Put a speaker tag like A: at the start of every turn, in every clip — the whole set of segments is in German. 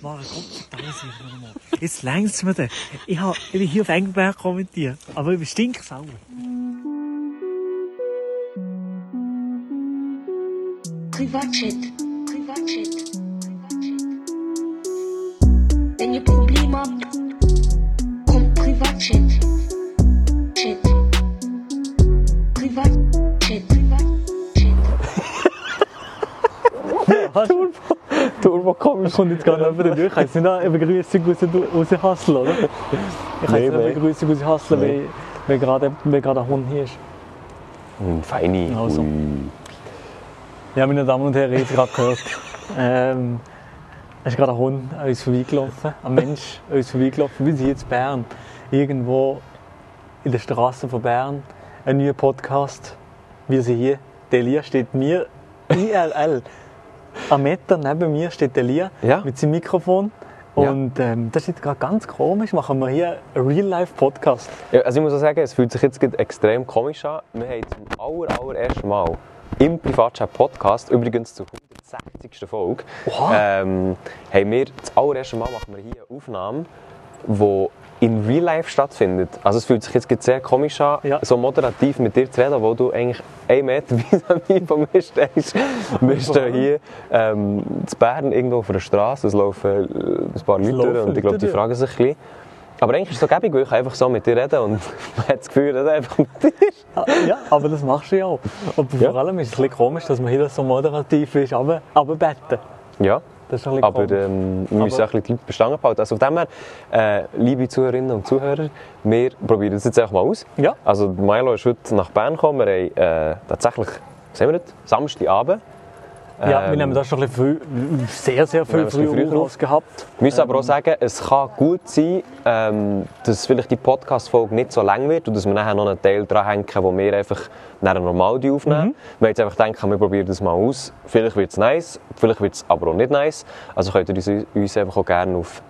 A: Mann, Gott, danke Sie mir nochmal. Jetzt längst mir den. Ich hab- ich bin hier auf Engelberg kommentiert, aber ich bin stinksauer.
B: Privatchat. Privatchat. Wenn ihr Probleme habt, kommt Privatchat. Chat. Privatchat. Privatchat.
C: Der Urban Comedy
A: Kommt jetzt gar nicht mehr durch. Ich kann jetzt nicht eine Begrüßung raus- raushasseln, oder? Ich kann
C: Nee,
A: jetzt nicht eine
C: nee.
A: Begrüßung raushasseln,
C: Nee.
A: weil, weil, gerade, weil gerade ein Hund hier ist.
C: Hm, Feini.
A: Also.
C: Ui.
A: Ja, meine Damen und Herren, ihr habt gerade gehört. Ähm, es ist gerade ein Hund an uns vorbeigelaufen, ein Mensch an uns vorbeigelaufen. Wir sind jetzt in Bern, irgendwo in der Straße von Bern. Ein neuer Podcast. Wir sind hier. Delia steht mir, ILL. Am Meter neben mir steht Delia
C: Ja.
A: mit seinem Mikrofon.
C: Ja.
A: Und ähm, das ist jetzt gerade ganz komisch. Machen wir hier einen Real-Life-Podcast.
C: Ja, also ich muss auch sagen, es fühlt sich jetzt gerade extrem komisch an. Wir haben zum aller, allerersten Mal im Privatchat Podcast, übrigens zur 160. Folge,
A: Oha.
C: ähm, haben wir das allererste Mal machen wir hier eine Aufnahme, die in Real Life stattfindet. Also es fühlt sich jetzt gerade sehr komisch an,
A: Ja.
C: so moderativ mit dir zu reden, wo du eigentlich einen Meter vis-à-vis von mir stehst. Wir stehen hier ähm, in Bern irgendwo auf der Straße, es laufen äh, ein paar Leute
A: laufen
C: durch und ich glaube,
A: Leute
C: die
A: durch.
C: fragen sich ein bisschen, aber eigentlich ist es so gäbig, weil ich kann einfach so mit dir reden und man hat das Gefühl, dass einfach mit dir.
A: Ah, Ja, aber das machst du ja auch. Und
C: Ja.
A: vor allem ist es ein bisschen komisch, dass man hier so moderativ ist, aber, aber betten.
C: Ja,
A: Das ist ein bisschen
C: aber
A: komisch.
C: ähm, wir müssen
A: Aber-
C: auch ein bisschen die Leute bestanden behalten. Also von dem her, äh, liebe Zuhörerinnen und Zuhörer, wir probieren es jetzt einfach mal aus.
A: Ja.
C: Also Milo ist heute nach Bern gekommen, wir haben äh, tatsächlich, was haben wir das? Samstagabend.
A: ja, wir
C: ähm,
A: nehmen da schon ein bisschen viel, sehr, sehr
C: wir
A: viel
C: nehmen es ein bisschen
A: früher
C: früher
A: raus gehabt.
C: Wir müssen
A: Ähm.
C: aber auch sagen, es kann gut sein, ähm, dass vielleicht die Podcast-Folge nicht so lang wird und dass wir nachher noch einen Teil dranhängen, wo wir einfach nachher normal die aufnehmen.
A: Mhm.
C: Wir haben jetzt einfach gedacht, wir probieren das mal aus. Vielleicht wird es nice, vielleicht wird es aber auch nicht nice. Also könnt ihr uns, uns einfach auch gerne auf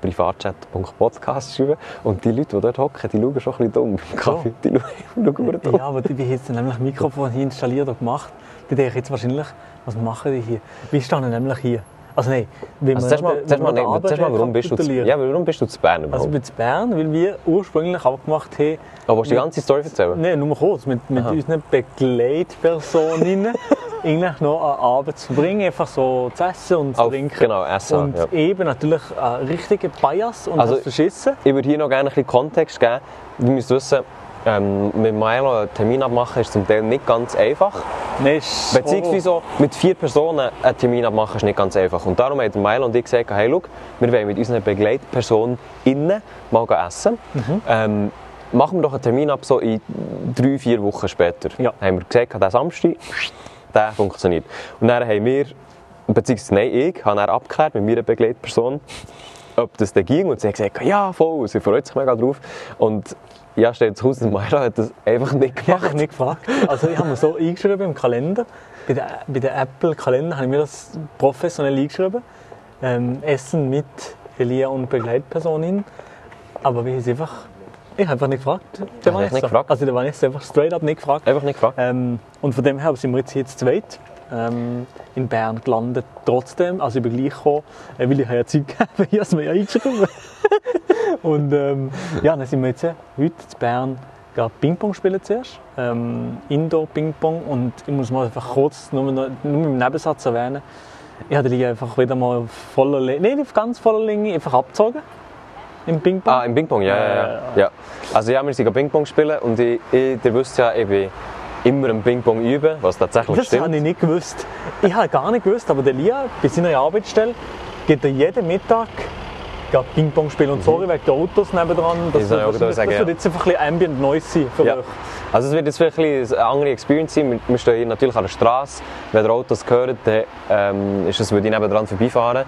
C: privatchat.podcast schreiben. Und die Leute, die dort hocken, die schauen schon ein bisschen dumm beim Kaffee. Die schauen gut dumm.
A: Ja, aber ich habe jetzt nämlich Mikrofon hier installiert und gemacht. Da denke ich jetzt wahrscheinlich, was machen die hier? Wir stehen nämlich hier. Also nein, wenn wir
C: Also zuerst
A: noch
C: mal,
A: den-
C: zuerst mal,
A: wenn wir
C: nee,
A: den
C: zuerst mal, warum
A: Abend
C: bist du zu,
A: rekapitulieren.
C: ja, warum bist du zu Bern
A: Also ich
C: überhaupt?
A: bin zu Bern, weil wir ursprünglich abgemacht haben,
C: Aber willst du die ganze Story erzählen?
A: Nein, nur kurz, mit, mit unseren Begleitpersoninnen eigentlich noch an Abend zu bringen, einfach so zu essen und zu
C: Auf-
A: trinken.
C: genau, essen,
A: Und
C: ja.
A: eben natürlich einen richtigen Bias und
C: Also-
A: hast verschissen.
C: Ich würde hier noch gerne ein bisschen Kontext geben. Wir müssen wissen, ähm, mit Milo einen Termin abmachen ist zum Teil nicht ganz einfach.
A: Nein, ist-
C: Beziehungsweise auch mit vier Personen einen Termin abmachen ist nicht ganz einfach. Und darum haben Milo und ich gesagt, hey, schau, wir wollen mit unseren Begleitpersonen innen mal gehen essen. Ähm, machen wir doch einen Termin ab, so in drei, vier Wochen später.
A: Ja.
C: Haben wir gesagt, der Samstag, der funktioniert. Und dann haben wir, beziehungsweise nein, ich, habe dann abgeklärt mit meiner Begleitperson, ob das dann ging. Und sie hat gesagt, ja, voll, sie freut sich mega drauf. Und ja, steht jetzt raus, Milo hat das einfach nicht
A: Ich
C: gemacht.
A: habe nicht gefragt. Also ich habe mir so eingeschrieben im Kalender. Bei der, bei der Apple Kalender habe ich mir das professionell eingeschrieben. Ähm, Essen mit Elia und Begleitpersonin. Aber wie ist einfach? Ich habe einfach nicht gefragt. Der
C: Hast du echt nicht gefragt?
A: Also der Vanessa einfach straight up nicht gefragt.
C: Einfach nicht gefragt.
A: Ähm, und von dem her sind wir jetzt hier zu zweit ähm, in Bern gelandet. Trotzdem, also ich bin gleich gekommen, äh, weil ich habe ja Zeit gegeben habe, ich habe es mir ja eingeschrieben. und ähm, ja, dann sind wir jetzt äh, heute zu Bern gerade Ping-Pong spielen zuerst. Ähm, Indoor-Ping-Pong und ich muss mal einfach kurz nur, noch- nur im Nebensatz erwähnen, ich habe die Liga einfach wieder mal auf voller Länge, nicht auf ganz voller Länge, einfach abgezogen im Ping-Pong.
C: Ah, im Ping-Pong, ja, ja, ja, ja. Also ja, wir sind Ping-Pong spielen und ich, ich, ihr wisst ja, ich bin immer im Ping-Pong üben, was tatsächlich
A: Das habe
C: stimmt.
A: ich nicht gewusst. Ich habe gar nicht gewusst, aber der Lia, bei seiner Arbeitsstelle, geht er jeden Mittag geht Ping-Pong spielen. Und sorry wegen der Autos nebendran. Das,
C: Mhm. Ich soll ja auch
A: das, das,
C: sagen, ja.
A: wird jetzt einfach ein bisschen Ambient Noise sein für
C: Ja.
A: euch.
C: Also es wird jetzt vielleicht ein bisschen eine andere Experience sein. Wir, wir stehen hier natürlich an der Straße. Wenn ihr Autos hört, dann ähm, ist es, weil die nebenan vorbeifahren.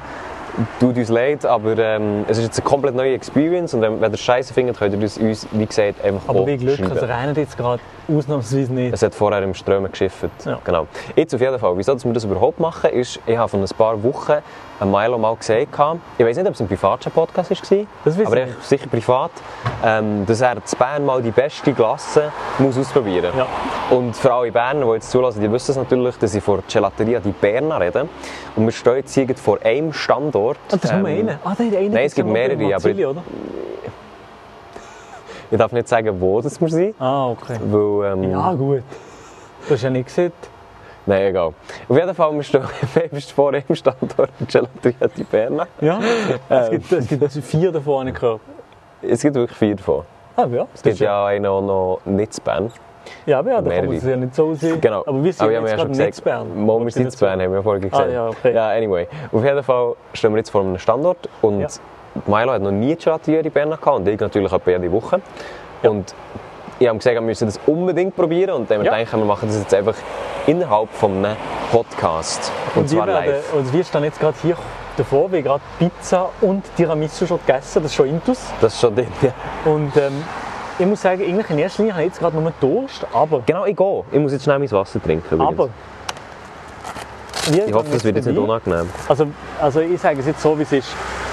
C: Tut uns leid, aber ähm, es ist jetzt eine komplett neue Experience und wenn, wenn ihr Scheiße findet, könnt ihr das uns, wie gesagt, einfach
A: Aber
C: auch
A: wie Glück,
C: schreiben.
A: es regnet jetzt gerade ausnahmsweise nicht.
C: Es hat vorher im Strömen geschifft.
A: Ja.
C: Genau. Jetzt auf jeden Fall. Wieso dass wir das überhaupt machen, ist, ich habe vor ein paar Wochen einem Milo mal gesagt, gehabt, ich weiß nicht, ob es ein privater Podcast war,
A: Das weiss
C: aber
A: ich
C: echt sicher privat, ähm, dass er in Bern mal die beste Glasse muss ausprobieren
A: Ja.
C: Und für alle Berner, die jetzt zulassen, die wissen es natürlich, dass ich vor Gelateria di Berna rede. Und wir stehen jetzt hier gerade vor einem Standort Ort.
A: Ah, das ist nur einer. Ah, der hat einen.
C: ähm, nein, es gibt
A: gesehen,
C: mehrere,
A: in Marzili, oder?
C: Ich darf nicht sagen, wo das wir sind.
A: Ah, okay.
C: Weil, ähm,
A: Ja, gut. Du hast ja nicht gesehen.
C: Nein, egal. Auf jeden Fall, wir stehen wir bist vor im Standort Gelateria Tiberna.
A: Ja, es, gibt,
C: ähm,
A: es gibt also vier davon, habe ich gehört.
C: Es gibt wirklich vier davon.
A: Ah, ja.
C: Es gibt ja einen auch noch nicht zu Bern.
A: Ja, aber ja, da kann
C: mehrere.
A: man es ja nicht so sehen.
C: Genau.
A: Aber wir sind jetzt
C: ich habe ja
A: gerade
C: schon
A: nicht
C: gesagt,
A: zu Bern.
C: Mal, wir sind zu Bern, haben wir ja vorhin gesagt.
A: Ah, ja, okay.
C: Ja, anyway. Auf jeden Fall stehen wir jetzt vor einem Standort und
A: Ja.
C: Milo hat noch nie Gelateria Tiberna gehabt und ich natürlich etwa jede Woche. Und ich habe gesagt, wir müssen das unbedingt probieren und dann haben wir
A: Ja.
C: gedacht, wir machen das jetzt einfach innerhalb von einem Podcast. Und,
A: Und, wir
C: zwar
A: werden,
C: live.
A: und wir stehen jetzt gerade hier davor, wir haben gerade Pizza und Tiramisu schon gegessen, das ist schon Intus.
C: Das ist schon drin. Ja.
A: Und ähm, ich muss sagen, eigentlich in erster Linie habe ich jetzt gerade nur Durst, aber...
C: Genau, ich gehe. Ich muss jetzt schnell mein Wasser trinken. übrigens.
A: aber wir
C: ich hoffe, das wird jetzt nicht unangenehm.
A: Also, also ich sage es jetzt so, wie es ist.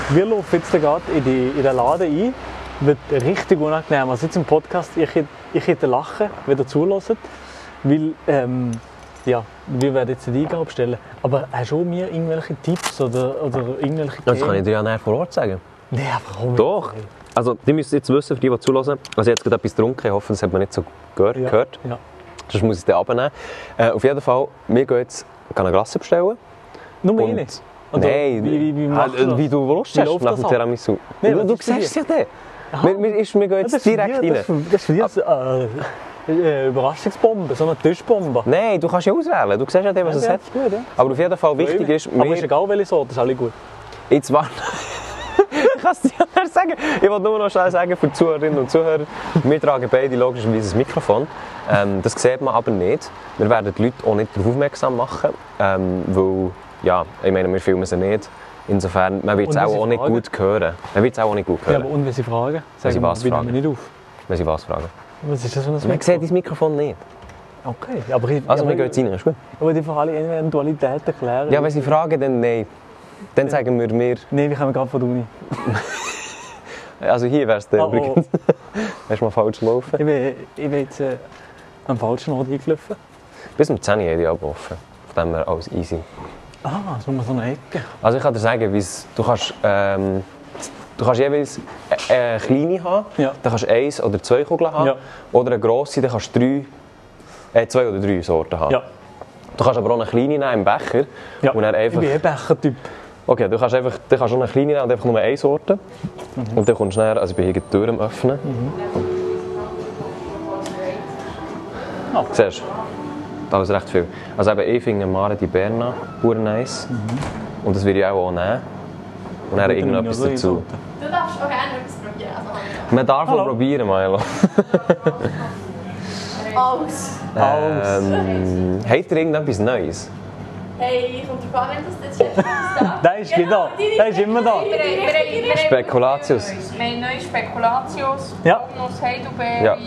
A: Wir laufen jetzt da gerade in, die, in den Laden ein, wird richtig unangenehm. Also jetzt im Podcast, ich, hätte- ich hätte lachen, wenn ihr zulässt, weil ähm, ja, wir werden jetzt die Eingabe stellen. Aber hast du mir irgendwelche Tipps oder, oder irgendwelche
C: Das kann ich dir ja näher vor Ort sagen.
A: Nein, aber komm.
C: Doch. Also, die müssen jetzt wissen, für die, die zulassen. Also, ich habe jetzt gerade etwas getrunken. Ich hoffe, das hat man nicht so gehört.
A: Ja,
C: gehört.
A: Ja.
C: Sonst muss ich es dann abnehmen. Äh, auf jeden Fall, wir gehen jetzt ich kann eine Glasse bestellen.
A: Nur
C: Und-
A: eine? Oder
C: Nein,
A: wie, wie, wie,
C: äh,
A: machst du das?
C: wie du Lust
A: Wie
C: hast
A: läuft
C: nach
A: das
C: dem
A: ab?
C: Tiramisu.
A: Nein,
C: du
A: was
C: du
A: ist für
C: siehst ja den. Wir, wir, ist- wir gehen
A: das
C: jetzt
A: ist für
C: direkt
A: dich- Das ist
C: rein.
A: für- das ist für dich so eine äh, Überraschungsbombe, so eine Tischbombe.
C: Nein, du kannst ja auswählen. Du siehst ja den, was es
A: Ja,
C: hat.
A: das ist gut, ja.
C: Aber auf jeden Fall wichtig ist,
A: Aber ist
C: wir
A: egal welche Sorte, ist alle gut.
C: Jetzt war. ich kann es dir nicht sagen. Ich wollte nur noch schnell sagen für die Zuhörerinnen und Zuhörer, wir tragen beide logischerweise ein Mikrofon. Ähm, das sieht man aber nicht. Wir werden die Leute auch nicht darauf aufmerksam machen, ähm, weil, ja, ich meine, wir filmen sie nicht. Insofern, man wird es
A: Und wenn
C: auch,
A: sie
C: auch nicht
A: fragen?
C: gut hören. Man wird es auch nicht gut
A: Ja,
C: hören,
A: aber und wenn sie fragen,
C: sie
A: sagen
C: was
A: wir, wir
C: fragen.
A: nehmen nicht auf.
C: wenn sie was fragen.
A: Was ist das für ein
C: Man sieht dein Mikrofon nicht.
A: Okay, aber ich,
C: Also,
A: aber,
C: wir gehen jetzt rein, ist gut.
A: aber die vor allem Eventualität erklären.
C: Ja, wenn sie fragen, dann nein. Dann sagen wir mir,
A: Nein, wir kommen gerade von der Uni.
C: also hier wär's dann übrigens. Hast du mal falsch gelaufen?
A: Ich bin, ich bin jetzt äh, am falschen Ort eingelaufen.
C: Bis um 10 Uhr hätte ich abgeworfen. Von dem her alles easy.
A: Ah, es ist nur so eine Ecke.
C: Also ich kann dir sagen, wie's, du kannst, ähm, du kannst jeweils eine, eine kleine haben,
A: Ja.
C: dann kannst du eins oder zwei Kugeln haben
A: Ja.
C: oder eine grosse, dann kannst du drei, äh, zwei oder drei Sorten haben.
A: Ja.
C: Du kannst aber auch eine kleine nehmen im Becher
A: ja.
C: und dann einfach,
A: Ich bin ein Bechertyp.
C: okay, du kannst einfach, du kannst auch eine kleine nehmen und einfach nur eine Sorte und dann kommst du näher, also ich bin hier die Tür am öffnen. Oh.
A: Ah.
C: Siehst du? Das ist recht viel. Also eben, ich finde Mare di Berna sehr nice. Und das würde ich auch, auch nehmen. Und dann irgendetwas
A: Oder
C: dazu.
A: Sorte.
D: Du darfst auch gerne etwas probieren. Also,
C: Man darf
A: Hallo.
C: mal probieren, Milo.
D: alles.
C: Äh.
A: Alles.
C: Ähm, habt ihr irgendetwas Neues?
D: Hey, kommt drauf an, wenn das jetzt hier ist.
A: Der ist wieder da. Der ist immer da.
D: Genau, Die richtige-
C: Spekulatius.
E: Wir haben neue Spekulatius,
A: Ja.
E: Dominus, Heidelbeere.
C: Ja.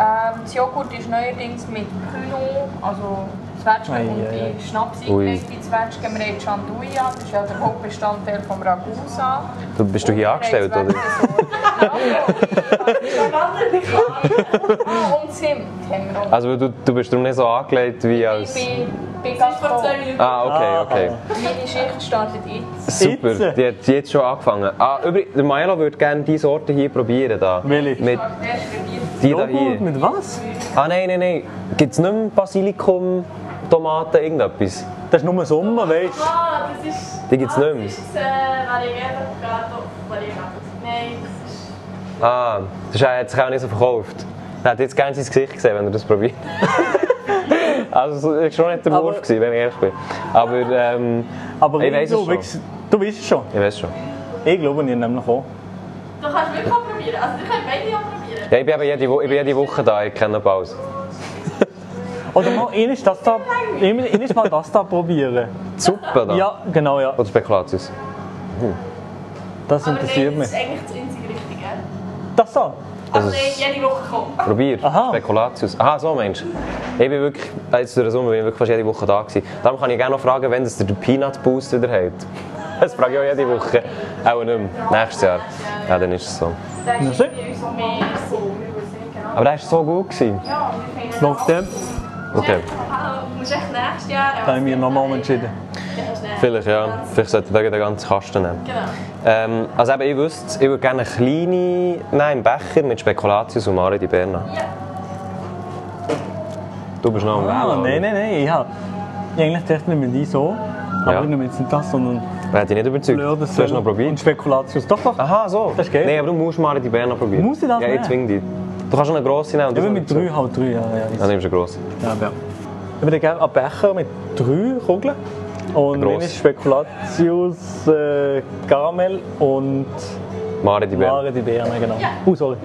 E: Ähm, das Joghurt ist neuerdings mit Pinot, also Zwetschgen
A: Ei,
E: und
A: ei,
E: die Schnaps
C: Ui.
E: eingelegte Zwetschgen. Wir haben Chanduja, das ist ja der Hauptbestandteil vom Ragusa.
C: Du, bist du hier angestellt, oder?
E: ah, und Zimt haben wir auch.
C: Also du, du bist darum nicht so angelegt wie als...
E: Ich bin, bin ganz
D: Vor zwei
E: voll.
D: Minuten.
C: Ah, okay, okay.
E: Meine Schicht startet jetzt.
C: Super, die hat jetzt schon angefangen. Ah, übrigens, der Milo würde gerne die Sorte hier probieren. Da.
A: Welche?
C: Mit
E: Erst probiert.
C: die da
A: Oh, gut,
C: hier.
A: mit was?
C: Ah, nein, nein, nein. Gibt es nicht mehr Basilikum, Tomaten, irgendetwas?
A: Das ist nur Sommer, weißt du?
D: Ah, das ist.
C: Die gibt's
D: ah,
C: nicht mehr.
D: Das ist äh, Variegato, Gato, Variegato. Nein, das ist.
C: Ah, das hat es auch nicht so verkauft. Er hat jetzt gerne sein Gesicht gesehen, wenn er das probiert. also, es war schon nicht der
A: Aber-
C: Wurf, gewesen, wenn ich ehrlich bin. Aber, ähm,
A: Aber
C: ich weiß es schon.
A: wirklich- Du weißt es schon.
C: Ich weiß schon.
A: Ich glaube, ihr nämlich auch.
D: Du kannst wirklich auch probieren. Also, du kannst beide auch probieren.
C: Ja, ich bin eben jede, Wo ich bin jede Woche da, ich kenne alles.
A: Oder mal, ich ist das da, ich ist mal das da probieren.
C: Die Suppe da?
A: Ja, genau, ja.
C: Oder Spekulatius?
A: Das
D: Aber
A: interessiert
D: nein,
A: mich.
D: Das ist eigentlich das einzige Richtige. gell?
A: Das da?
D: Also,
C: Das ist-
D: nein, jede Woche kommt.
C: Probier.
A: Aha.
C: Spekulatius. Aha, so Mensch. Ich bin wirklich, äh, jetzt durch den Sommer bin ich wirklich fast jede Woche da gewesen. Darum kann ich gerne noch fragen, wenn das der Peanut Boost wieder hat. Das frage ich auch jede Woche. Auch nicht mehr. Nächstes Jahr. Ja, dann ist es so.
A: Merci.
C: Aber der war so gut. Gewesen.
A: Nach dem
C: Okay.
D: Du musst echt nächstes Jahr.
A: habe ich mich nochmal entschieden.
D: Ja, das ist nächstes Jahr.
C: Vielleicht, ja. Vielleicht sollte wir den ganzen Kasten nehmen.
D: Genau.
C: Ähm, also eben, ich wüsste, ich würde gerne eine kleine nein, im Becher mit Spekulatius und Mare di Berna. Du bist noch am
A: Ah,
C: Wählen,
A: nein, nein, nein. Ich habe eigentlich dachte ich mir die so, aber
C: Ja.
A: ich nehme jetzt nicht das, sondern
C: oder? Wer hat dich nicht überzeugt?
A: Fleur de
C: du hast
A: Sel
C: noch
A: und
C: probiert. Ah,
A: Spekulatius. Doch, doch.
C: Aha, so.
A: Das ist geil.
C: Nein, aber du musst Mare di Berna probieren.
A: Muss ich das
C: Ja, ich
A: nehmen?
C: zwinge dich. Du kannst schon eine grosse nehmen. und
A: Ich
C: du
A: bin mit drei, halb drei. Ja, ja,
C: Dann
A: ja.
C: nimmst du eine grosse.
A: ja, ja. Ich würde gerne einen Becher mit drei Kugeln. Und
C: Gross.
A: meine ist Spekulatius, äh, Caramel und
C: Mare di Berna.
A: Mare di Berna, genau. Oh, sorry.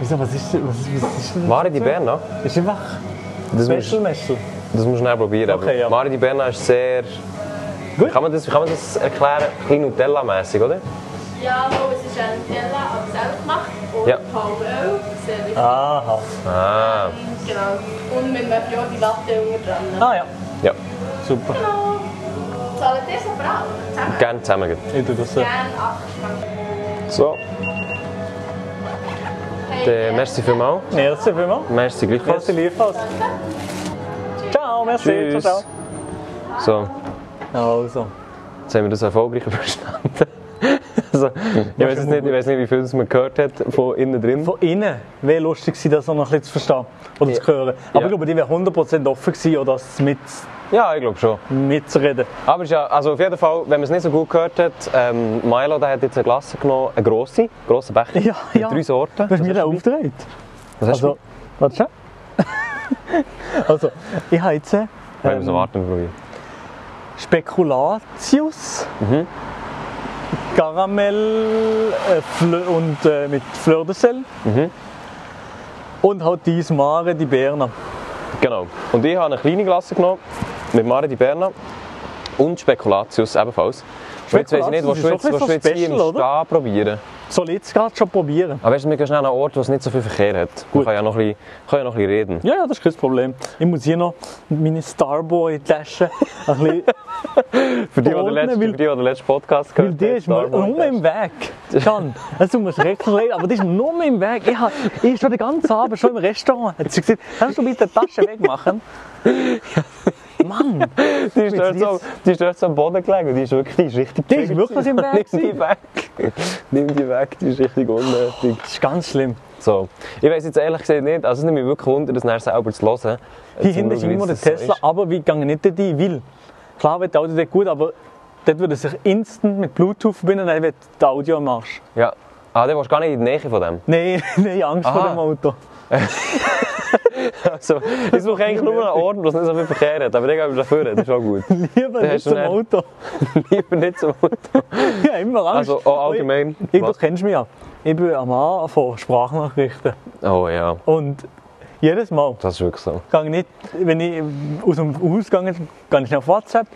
A: Wieso, was ist, was ist, was ist denn
C: Mare di Berna?
A: das? Ist einfach
C: Das musst,
A: Messel-Messel.
C: das musst du schnell probieren. aber
A: Okay, ja.
C: Mare di Berna ist sehr...
A: Gut.
C: Kann man das, kann man das erklären? Ein bisschen Nutella-mässig, oder?
D: Ja, so, es ist ein Nutella, aber selbst gemacht. Und
C: Ja.
D: Palmöl, sehr wichtig.
A: Aha.
C: Ah,
D: Genau. Und mit einem Fiori Latte unten dran.
A: Ah ja,
C: ja.
A: super.
D: Genau. Zahlt ihr so brav? Zusammen.
C: Gerne zusammen.
A: Ich tue das. Äh,
D: Gerne abgeschmeckt.
C: So, dann merci vielmals.
A: merci vielmals.
C: Merci gleichfalls.
A: Merci liefers. Ciao, merci.
C: Tschüss.
A: Ciao,
C: So,
A: ciao. Also.
C: jetzt haben wir das erfolgreich überstanden. also, ich weiß es nicht, ich weiß nicht, wie viel das man gehört hat von innen drin.
A: Von innen wäre lustig gewesen, das noch ein bisschen zu verstehen oder zu hören. Aber
C: Ja.
A: ich glaube, die wäre 100% offen gewesen, oder das mit,
C: Ja, ich glaube schon.
A: mitzureden.
C: Aber es ist ja, also auf jeden Fall, wenn man es nicht so gut gehört hat, ähm, Milo der hat jetzt eine Glasse genommen, eine grosse, grosse Becher.
A: Ja,
C: mit
A: ja.
C: drei Sorten.
A: Du hast mir
C: hast
A: auch
C: du
A: aufgedreht.
C: mit? Was hast du
A: Also, warte schon. also, ich habe jetzt äh,
C: mit? Wir müssen warten probieren.
A: Spekulatius,
C: Mhm.
A: Karamell äh, Flö- und äh, mit Fleur de Sel
C: Mhm.
A: und halt dies Mare di Berna.
C: Genau. Und ich habe eine kleine Glasse genommen, mit Mare di Berna und Spekulatius ebenfalls. Und jetzt weiß ich nicht, was
A: Spekulatius
C: du
A: ist
C: jetzt,
A: doch ein
C: willst du
A: bisschen
C: jetzt hier im
A: special, oder?
C: Stehen probieren.
A: Soll ich jetzt gerade schon probieren?
C: Aber weißt du, wir gehen schnell an einen Ort, wo es nicht so viel Verkehr hat. Wir
A: Gut.
C: können ja noch ein bisschen, können ja noch ein bisschen reden.
A: Ja, ja, das ist kein Problem. Ich muss hier noch meine Starboy-Tasche ein bisschen,
C: Für die, die den
A: Ordnen,
C: letzten,
A: weil-
C: für die, die den letzten Podcast
A: weil
C: gehört
A: die ist mir nur im Weg. Can, es tut mir schrecklich leid, aber die ist mir nur im Weg. Ich, hab, ich ist schon den ganzen Abend schon im Restaurant. Hat sie gesagt, kannst du bitte die Tasche wegmachen? Mann,
C: Die ist, dort
A: Jetzt-
C: so, die ist dort so am Boden gelegen und die ist wirklich die ist richtig
A: Die ist wirklich im Weg
C: Nimm die weg. Nimm die weg, die ist richtig unnötig.
A: das ist ganz schlimm.
C: So. Ich weiß jetzt ehrlich gesagt nicht, also es nimmt mich wirklich wunder, das nachher selber zu hören.
A: Hier hinten ist immer der Tesla, aber wie gehe nicht dort ein? Weil, klar wird das Audio dort gut, aber dort würde er sich instant mit Bluetooth verbinden, dann wird das Audio am Arsch.
C: Ja. Ah, der warst gar nicht in die Nähe von dem.
A: Nein, nein, Angst
C: Aha.
A: vor dem Auto.
C: Also, ich suche eigentlich nur einen Ort, wo es nicht so viel Verkehr hat, aber den gehen wir dafür, das ist auch gut.
A: Lieber
C: hast
A: nicht
C: du
A: zum
C: dann-
A: Auto.
C: Lieber nicht so.
A: Ja, immer Angst.
C: Also, oh, auch allgemein.
A: Ich, du
C: Was?
A: kennst mich ja. Ich bin am Mann von Sprachnachrichten.
C: Oh ja,
A: Und jedes Mal,
C: das ist wirklich so.
A: gehe ich nicht, wenn ich aus dem Haus gehe, gehe ich schnell auf WhatsApp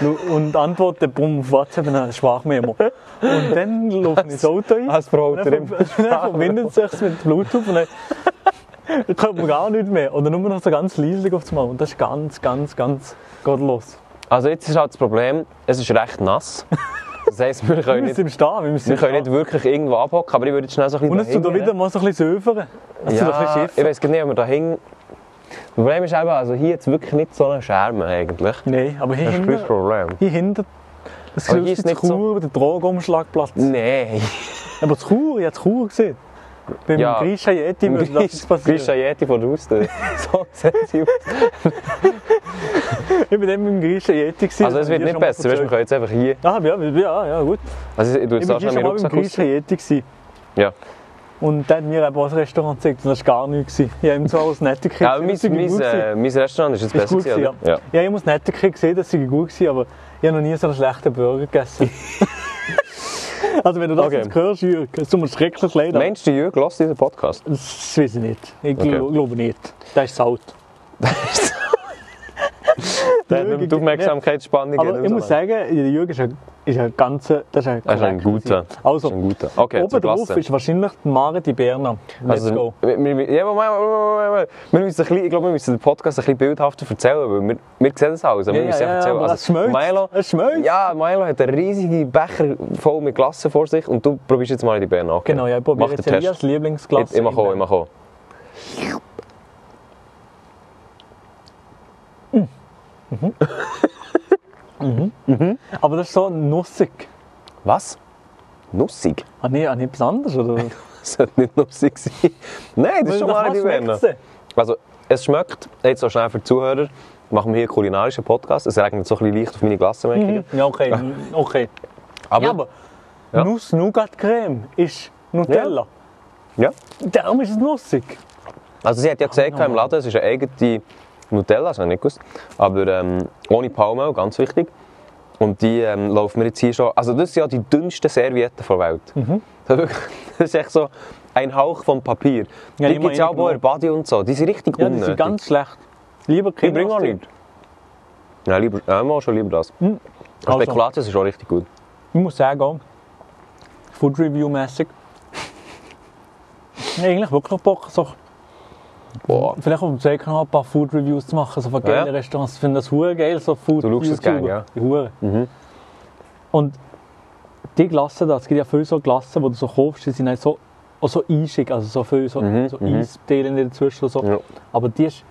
A: schau- und antworte bumm, auf WhatsApp in einer Sprachmemo. Und dann laufe ich ins Auto ein.
C: als Verhalter
A: Dann ver- Dann verbindet es sich mit Bluetooth und dann kommt man gar nicht mehr. Oder nur noch so ganz leise auf das Mal. Und das ist ganz, ganz, ganz gottlos.
C: Also jetzt ist halt das Problem, es ist recht nass. Das heisst, wir
A: Wir
C: können nicht,
A: müssen im Stehen. Wir, müssen
C: wir
A: im
C: können
A: Stehen.
C: nicht wirklich irgendwo abhocken, aber ich würde jetzt schnell so ein bisschen
A: Und es tut auch
C: dahin
A: wieder mal so ein bisschen säufern. Es tut ein bisschen
C: ja,
A: schiffen.
C: ich weiß nicht, ob wir da hin... Das Problem ist eben, also hier jetzt wirklich nicht so einen Scherm eigentlich.
A: Nein, aber hier
C: Das ist ein
A: hinten,
C: Problem.
A: hier hinten, das
C: Aber hier
A: ist
C: ist
A: das
C: nicht so-
A: Chur, der Drogenumschlagplatz.
C: Nein.
A: Aber das Chur, ich habe das Chur gesehen. Beim
C: Ja.
A: Grisha Yeti würde das nicht
C: Grisha
A: passieren.
C: Yeti von der Haustür. so sensibel.
A: Ich bin dann mit dem Grisha Yeti. Gewesen,
C: Also es
A: das
C: wird
A: haben
C: nicht
A: die schon
C: besser, weißt, du, wir
A: mal
C: können jetzt einfach hier...
A: erzählt. Ah, ja, ja, ja, gut.
C: Also ich tue
A: Ich
C: jetzt
A: war
C: auch schnell
A: schon
C: meinen
A: mal mit dem
C: Rucksack aus.
A: Grisha Yeti. Gewesen.
C: Ja.
A: Und dann hat mir eben auch das Restaurant gezeigt und das war gar nichts. gewesen. Ich habe ihm zwar als netter Kind
C: Ja, aber mein, mein, äh, mein Restaurant ist jetzt
A: Ist
C: besser
A: gut gewesen,
C: gewesen,
A: ja.
C: oder?
A: ja. ich muss netter Kind sehen, dass sie gut gewesen, aber ich habe noch nie so einen schlechten Burger gegessen. also wenn du das
C: Okay.
A: jetzt hörst, Jürg, es tut mir schrecklich leid. aber
C: Meinst du, Jürg, lass diesen Podcast?
A: Das weiß ich nicht. Ich
C: Okay.
A: gl glaube nicht. Der ist alt.
C: Der hat nicht mehr die Aufmerksamkeitsspanne. geht
A: Aber
C: nicht
A: also ich
C: so
A: muss
C: lang.
A: sagen, der Jürg ist ein, ist ein ganzer. Das ist ein,
C: Das ist ein guter.
A: Also,
C: Das ist ein guter. Okay, zur
A: oben drauf
C: Klasse.
A: ist wahrscheinlich die Mare di Berna. Let's
C: Also,
A: go.
C: wir, wir, wir- ja, Moment, Moment, Moment, Moment. wir müssen ein bisschen, ich glaube, wir müssen den Podcast ein bisschen bildhafter erzählen, weil wir, wir sehen es alles, aber wir
A: Ja,
C: müssen
A: ja,
C: es
A: ja,
C: erzählen. Also,
A: aber es schmeckt.
C: Milo,
A: Es schmeckt.
C: Ja, Milo hat einen riesigen Becher voll mit Glassen vor sich und du probierst jetzt mal die Bären an.
A: Genau, ja, ich probiere jetzt Elias Lieblingsglas.
C: Jetzt immer kommen, immer kommen.
A: Aber das ist so nussig.
C: Was? Nussig?
A: Habe ich, habe ich etwas anderes? Oder?
C: Das sollte nicht nussig sein. Nein, das ist schon mal die Werner.
A: Schmeckt's?
C: Also, es schmeckt, jetzt so schnell für die Zuhörer, machen wir hier einen kulinarischen Podcast. Es regnet so ein bisschen leicht auf meine Glasse, merke ich.
A: Ja, okay. okay.
C: Aber,
A: Mhm. ja,
C: ja,
A: aber
C: Ja.
A: Nuss-Nougat-Creme ist Nutella. Darum ist es nussig.
C: Also, sie hat ja
A: Ah,
C: gesagt im Laden, es ist eine eigene Nutella, das habe ich nicht gewusst. Aber ähm, ohne Palmöl, ganz wichtig. Und die ähm, laufen wir jetzt hier schon. Also, das sind ja die dünnsten Servietten der Welt.
A: Mhm.
C: Das ist wirklich- das ist echt so ein Hauch von Papier.
A: Ja,
C: die
A: ich
C: gibt es ja auch
A: meine, genau.
C: bei Body und so. Die sind richtig
A: Ja, die
C: unnötig.
A: sind ganz schlecht. Lieber
C: Ich
A: Kinder.
C: bringe auch nichts. Nein, lieber, einmal schon lieber das.
A: Hm.
C: Also.
A: Also.
C: Spekulatius ist auch richtig gut.
A: Ich muss sagen, auch, Food Review-mässig. Ich hab eigentlich wirklich noch Bock, so,
C: Boah.
A: vielleicht auf dem Zweikern ein paar Food Reviews zu machen, so von
C: Ja.
A: geilen Restaurants. Ich finde das hure geil, so Food
C: Du schaust es gerne, Mhm.
A: YouTuber. Hure. Und die Glassen da, es gibt ja viele so Glassen, die du so kaufst, die sind halt so, auch so eischig, also so viel so, so Eisteile dazwischen. und So.
C: Mhm, Ja.
A: Aber die ist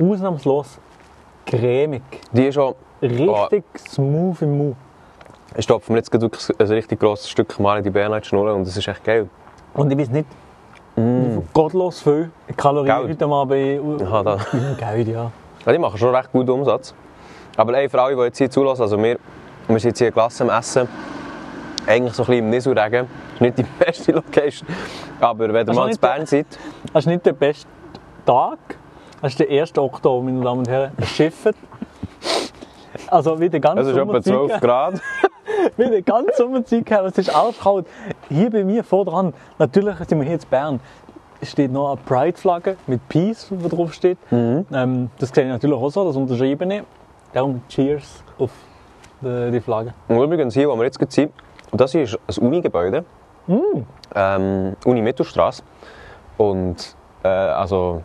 A: ausnahmslos cremig.
C: Die ist schon. oh,
A: Richtig smooth im Mund.
C: Ich stopfe mir jetzt gerade wirklich ein richtig grosses Stück Mali die Bernheit schnurren und das ist echt geil.
A: Und ich weiß nicht, mm. gottlos viel Kalorien
C: Geld.
A: heute mal bei
C: Aha, da.
A: Geld, ja.
C: Ja, die machen schon recht guten Umsatz. Aber ey, für alle, die jetzt hier zulassen, also wir, wir sind jetzt hier Klasse am Essen. Eigentlich so ein bisschen im Nisurregen. Ist nicht die beste Location. Aber wenn ihr
A: Also
C: mal in
A: nicht-
C: Bern seid,
A: Das ist nicht der beste Tag. Das ist der 1. Oktober, meine Damen und Herren. Es schifft. Also wieder ganz
C: es ist etwa 12 Grad.
A: Wieder ganz Sommerzeit her. Es ist auch kalt. Hier bei mir vordran, natürlich sind wir hier in Bern, steht noch eine Pride-Flagge mit Peace, wo drauf steht.
C: Mhm.
A: Ähm, das sehe ich natürlich auch so, das unterschreibe ich. Darum Cheers auf die, die Flagge.
C: Und übrigens hier, wo wir jetzt gerade sind, das hier ist ein Uni-Gebäude.
A: Hm.
C: Ähm, Uni Mittelstraße. Und äh, also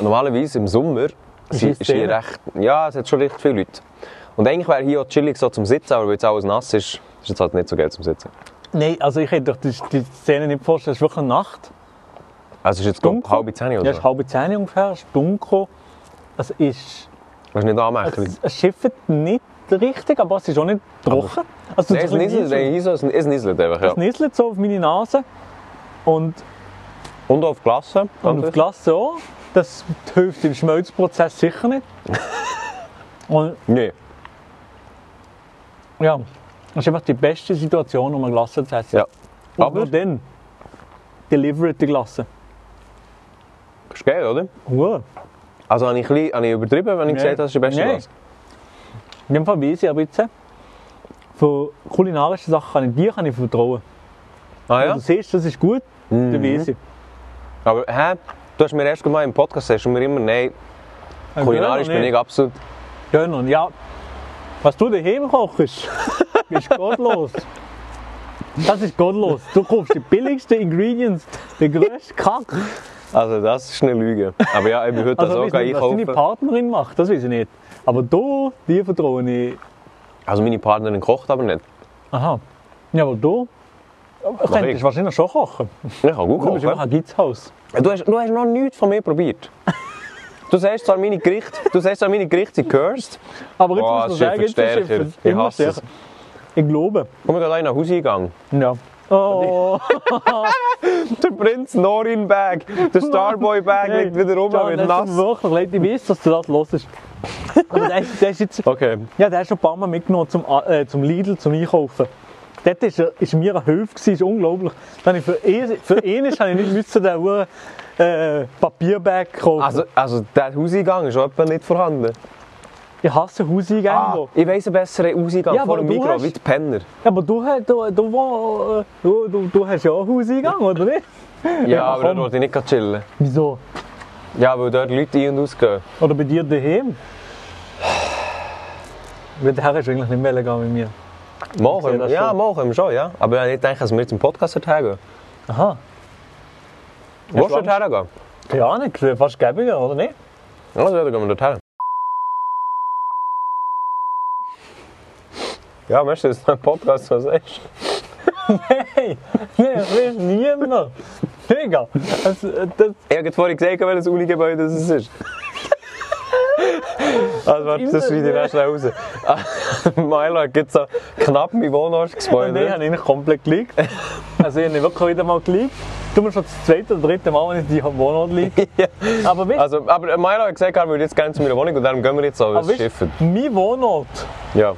C: normalerweise im Sommer
A: Ist
C: ist,
A: hier
C: ist hier
A: Szene?
C: recht, ja, es hat schon recht viele Leute. Und eigentlich wäre hier auch chillig so zum Sitzen, aber weil jetzt alles nass ist, ist jetzt halt nicht so geil zum Sitzen.
A: Nein, also ich hätte doch die, die Szene nicht vorstellen. Es ist wirklich eine Nacht.
C: Also es ist jetzt glaub, halb zehn
A: Ja,
C: oder
A: es
C: so.
A: ist halbe zehn ungefähr. Es ist dunkel. Es ist...
C: Das ist nicht anmerklich.
A: Es, es schifft nicht richtig, aber es ist auch nicht trocken. Also,
C: Nein,
A: so
C: es
A: ein bisschen
C: nieselt,
A: nieselt.
C: nein, hier so, es- es nieselt einfach, ja.
A: Es nieselt so auf meine Nase. Und
C: Und auf Klasse.
A: Und auf Glas so, das hilft im Schmelzprozess sicher nicht. Und
C: Nein.
A: ja, das ist einfach die beste Situation, um eine Glasse zu essen.
C: Ja.
A: Und
C: Aber-
A: nur dann delivered die Glasse.
C: Ist geil, oder?
A: Wow.
C: Also habe ich, ein bisschen- habe ich übertrieben, wenn ich gesagt habe, das ist die beste
A: Nein.
C: Klasse.
A: In dem Fall weiß ich aber jetzt, für kulinarische Sachen kann ich dir kann ich vertrauen.
C: Ah
A: Wenn
C: ja? Mhm.
A: du siehst, das ist gut, dann weiß ich.
C: Aber hä? Du hast mir erst mal im Podcast hast du mir immer, nein,
A: Ein
C: kulinarisch
A: Döner
C: bin ich
A: nicht.
C: absolut.
A: Döner, ja. Was du daheim kochst, ist gottlos. Das ist gottlos. Du kaufst die billigsten Ingredients, den grössten Kack.
C: Also das ist eine Lüge. Aber ja, ich bin heute
A: Also,
C: also,
A: ich
C: so
A: weiss nicht, was deine
C: einkaufen.
A: Partnerin macht, das weiß ich nicht. Aber du, dir vertraue ich.
C: Also meine Partnerin kocht aber nicht.
A: Aha. Ja, aber du könntest
C: ich.
A: wahrscheinlich schon kochen.
C: Ich kann gut
A: Du bist einfach
C: kochen.
A: ein Geizhaus.
C: Du hast, du hast noch nichts von mir probiert. Du sagst zwar meine Gerichte, du sagst zwar meine Gerichte sind cursed.
A: Aber jetzt
C: Oh,
A: muss man
C: es
A: sagen, jetzt
C: schifft
A: ist
C: stärker.
A: es
C: Ich
A: immer
C: hasse es.
A: stärker. Ich glaube.
C: Und wir gehen gleich nach Hause gegangen.
A: Ja. Oh,
C: Der Prinz Norin Bag, der Starboy Bag
A: hey,
C: liegt wieder rum
A: John,
C: mit
A: das ist
C: Nass.
A: wirklich leid. Ich weiß, dass du das hörst. Aber der ist, der ist jetzt
C: Okay.
A: Ja, der hast du ein paar Mal mitgenommen zum, A- äh, zum Lidl, zum Einkaufen. Dort war er- ist mir eine Hilfe, gewesen, ist unglaublich. Dann habe ich für, ihn- für ihn ist, habe ich nicht müssen den Uhr, äh, Papierbag kaufen.
C: Also, also der Hauseingang ist etwa nicht vorhanden.
A: ich hasse Hauseingänge.
C: Ah,
A: wo-
C: ich weiss einen besseren Hauseingang
A: Ja,
C: vor
A: aber
C: dem
A: du
C: Mikro,
A: hast-
C: wie die Penner.
A: Ja, aber du, hast- du, du, wo- äh, du, du, du hast ja auch einen Hauseingang, oder nicht?
C: Ja, aber
A: komm.
C: dort wollte ich nicht chillen.
A: Wieso?
C: Ja, weil dort Leute ein- und ausgehen.
A: Oder bei dir daheim? Weil der Herr ist eigentlich nicht mehr gegangen mit mir.
C: Mal
A: sehe
C: können, wir-
A: das
C: ja,
A: schon.
C: mal können wir schon, ja. Aber ich habe nicht gedacht, dass wir jetzt im Podcast hergehen.
A: Aha.
C: Wo du dort
A: Angst?
C: hergehen?
A: Keine Ahnung, das wäre fast gäbiger, oder nicht?
C: Also, ja, dann gehen wir dort her. Ja, möchtest du jetzt noch einen Podcast, was sagst
A: Hey, nee, das weiß niemand. Digga, das, das,
C: Ich habe vorhin gesagt, welches Uni-Gebäude das ist. Also, warte, das Video dann schnell raus. Ah, Milo hat jetzt so knapp meinen Wohnort
A: Und ich
C: gespoilert.
A: habe ihn komplett geleakt. Also ich habe ihn wirklich wieder mal geleakt. Du bist schon das zweite oder dritte Mal, wenn ich die Wohnort liege. Aber weißt
C: Also, aber Milo hat gesagt, er würde jetzt gerne zu meiner Wohnung und darum gehen wir jetzt
A: aber
C: alles
A: weißt-
C: schiffen.
A: mein Wohnort,
C: Ja,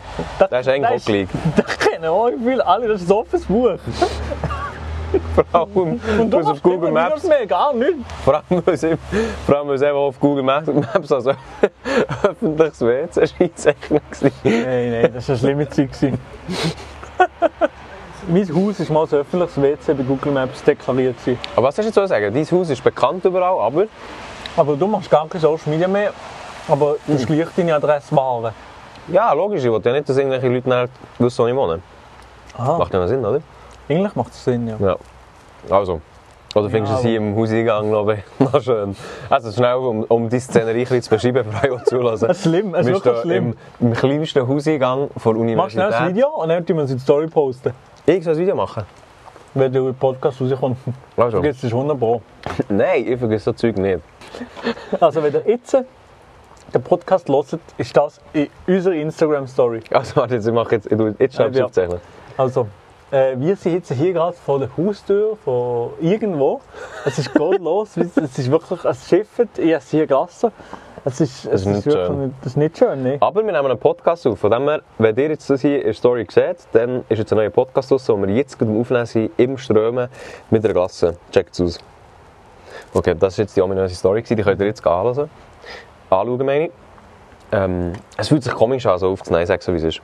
C: der ist eigentlich auch gleich.
A: Da kennen auch viele alle, das ist ein offenes Buch.
C: Vor allem,
A: Und da
C: weil es auf
A: machst du
C: Google
A: immer
C: Maps,
A: Mehr, gar nichts.
C: vor allem, weil es eben- vor allem, weil es eben auf Google Maps, Maps also öffentliches WC Scheißrechnung war.
A: Nein, nein, das war eine schlimme Zeit. gewesen. mein Haus ist mal als öffentliches WC bei Google Maps deklariert. gewesen.
C: Aber was hast du jetzt so sagen? Dein Haus ist bekannt überall, aber
A: Aber du machst gar keine Social Media mehr, aber du hast gleich deine Adresse wahren.
C: ja, logisch, ich will ja nicht, dass irgendwelche Leute nachher wissen, wo ich wohne.
A: Aha.
C: Macht ja noch Sinn, oder?
A: Eigentlich macht es Sinn, ja.
C: Ja. Also. Oder findest du es
A: aber-
C: hier im Hauseingang noch, be- noch schön? Also schnell, um, um die Szenerie ein bisschen zu beschreiben, für alle, die zulassen.
A: Das ist schlimm, das ist
C: Wir
A: wirklich
C: stehen
A: schlimm.
C: Im, Im kleinsten Hauseingang von der
A: Mach schnell
C: Universität.
A: das Video und dann tun wir es in die Story posten.
C: Ich soll ein Video machen?
A: Wenn der Podcast rauskommt,
C: Also.
A: dann gibt es 100 Pro.
C: Nein, ich vergesse so Zeug nicht.
A: Also wenn ihr jetzt den Podcast hört, ist das in unserer Instagram-Story.
C: Also warte, jetzt, ich mache jetzt, ich tu jetzt schnell
A: Ja, ja.
C: ja. aufzeichnen.
A: Also, äh, wir sind jetzt hier gerade vor der Haustür von irgendwo. Es ist gottlos, es ist wirklich, es schifft, ich habe es hier gelassen. Es ist, es
C: ist nicht
A: wirklich
C: schön. Ah.
A: Nicht, das ist nicht schön, ne?
C: Aber wir nehmen einen Podcast auf. Von dem her, wenn ihr jetzt das hier in der Story seht, dann ist jetzt ein neuer Podcast draus, den wir jetzt gerade am aufnehmen sind, im Strömen, mit der Glasse. Checkt es aus. Okay, das war jetzt die ominöse Story, gewesen. die könnt ihr jetzt anhören. Anschauen, meine ich. Ähm, es fühlt sich komisch an, so aufzunehmen, ich sag's so wie es ist.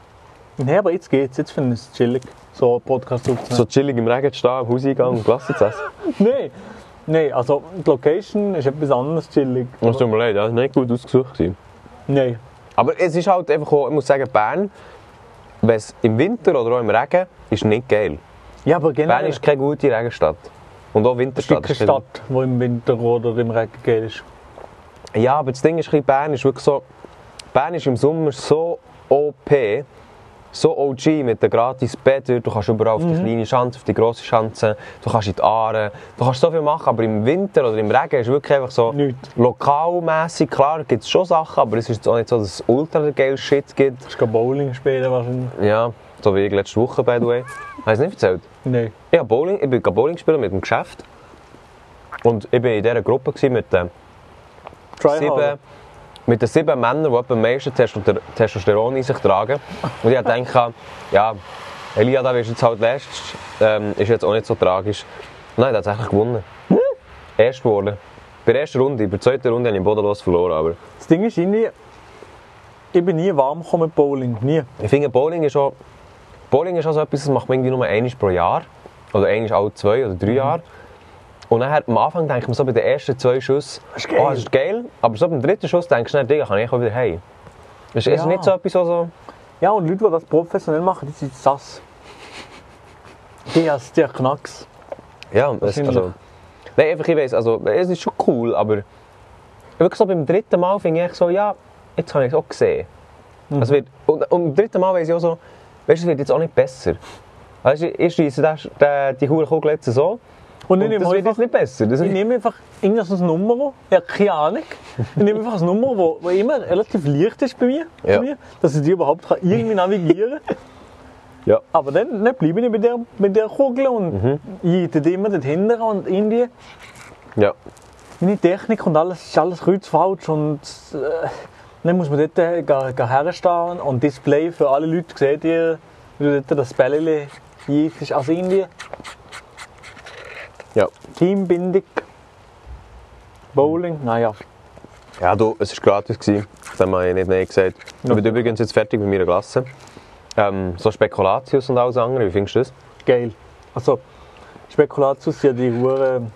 A: Nein, aber jetzt geht's, jetzt finde ich es chillig, so einen Podcast
C: So
A: aufzunehmen.
C: chillig im Regen zu stehen, am Hauseingang und Glasse zu essen.
A: Nein, nein, also die Location ist etwas anderes chillig.
C: Das tut mir leid, das war nicht gut ausgesucht. gewesen.
A: Nein.
C: Aber es ist halt einfach auch, ich muss sagen, Bern, wenn es im Winter oder auch im Regen, ist nicht geil.
A: Ja, aber genau.
C: Bern ist keine gute Regenstadt. Und auch Winterstadt.
A: dicke
C: ist keine-
A: Stadt, die im Winter oder im Regen geht ist.
C: Ja, aber das Ding ist, ein bisschen, Bern ist wirklich so. Bern ist im Sommer so OP, so OG mit den gratis Bädern. Du kannst überall auf
A: Mhm.
C: die kleine Schanze, auf die grosse Schanze, du kannst in die Aare, du kannst so viel machen. Aber im Winter oder im Regen ist wirklich einfach so
A: Nichts.
C: lokalmässig. Klar gibt es schon Sachen, aber es ist jetzt auch nicht so, dass es ultra geil Shit gibt.
A: Du kannst Bowling spielen wahrscheinlich.
C: Ja, so wie ich letzte Woche, by the way. Habe ich es nicht erzählt?
A: Nein.
C: Ich, hab Bowling, ich bin gegangen Bowling spielen mit dem Geschäft. Und ich war in dieser Gruppe gewesen mit den
A: Try
C: sieben, mit den sieben Männern, die etwa am meisten Testoster- Testosteron in sich tragen. Und ich dachte, ja, Elia, da wirst du jetzt halt letztes, ähm, ist jetzt auch nicht so tragisch. Nein, er hat tatsächlich gewonnen. Erst geworden. Bei der ersten Runde, bei der zweiten Runde habe ich im bodenlos verloren. Aber
A: Das Ding ist irgendwie, ich bin nie warm gekommen mit Bowling. Nie.
C: ich finde, Bowling ist auch, Bowling ist auch so etwas, das macht man irgendwie nur einmal pro Jahr. Oder einmal alle zwei oder
A: Mhm.
C: drei Jahre. Und nachher, am Anfang denkt man so bei den ersten zwei Schüssen,
A: Das ist geil.
C: oh, das ist geil. Aber so beim dritten Schuss denkst du, dann, Digga, kann ich auch wieder heim. Es ist
A: Ja.
C: nicht so etwas, was so...
A: Ja, und Leute, die das professionell machen, die sind sass. Die haben die haben Knacks.
C: Ja, es,
A: Wahrscheinlich.
C: also, nein, einfach, ich weiss, also, es ist schon cool, aber wirklich so beim dritten Mal finde ich so, ja, jetzt habe ich es auch gesehen.
A: Mhm.
C: Es wird, und, und beim dritten Mal weiss ich auch so, weißt du, es wird jetzt auch nicht besser. Weißt du, ich scheisse den- den- die Hurenkugel jetzt so
A: Und ich
C: und das
A: nehme
C: wird
A: einfach,
C: jetzt nicht besser. Das
A: ich
C: ist,
A: nehme einfach irgendein so ein Nummer, ich habe keine Ahnung. Ich nehme einfach ein Nummer, wo, wo immer relativ leicht ist bei mir,
C: Ja.
A: bei mir dass ich die überhaupt kann irgendwie navigieren kann.
C: ja.
A: Aber dann, dann bleibe ich bei der, mit der Kugel und mhm. jete die immer dort hinten und irgendwie
C: ja.
A: meine Technik und alles ist alles kreuzfalsch und äh, dann muss man dort äh, gehen- gehen herstehen und Display für alle Leute seht ihr, wie du dort das Bällchen ist also irgendwie
C: ja.
A: Teambindung, Bowling, naja.
C: Ja, du, es war gratis. Gewesen. Dem habe ich nicht Nein gesagt. Ich bin übrigens jetzt fertig mit meiner Klasse. Ähm, so Spekulatius und alles andere, wie findest du das?
A: geil. Also, Spekulatius, ja, die Huren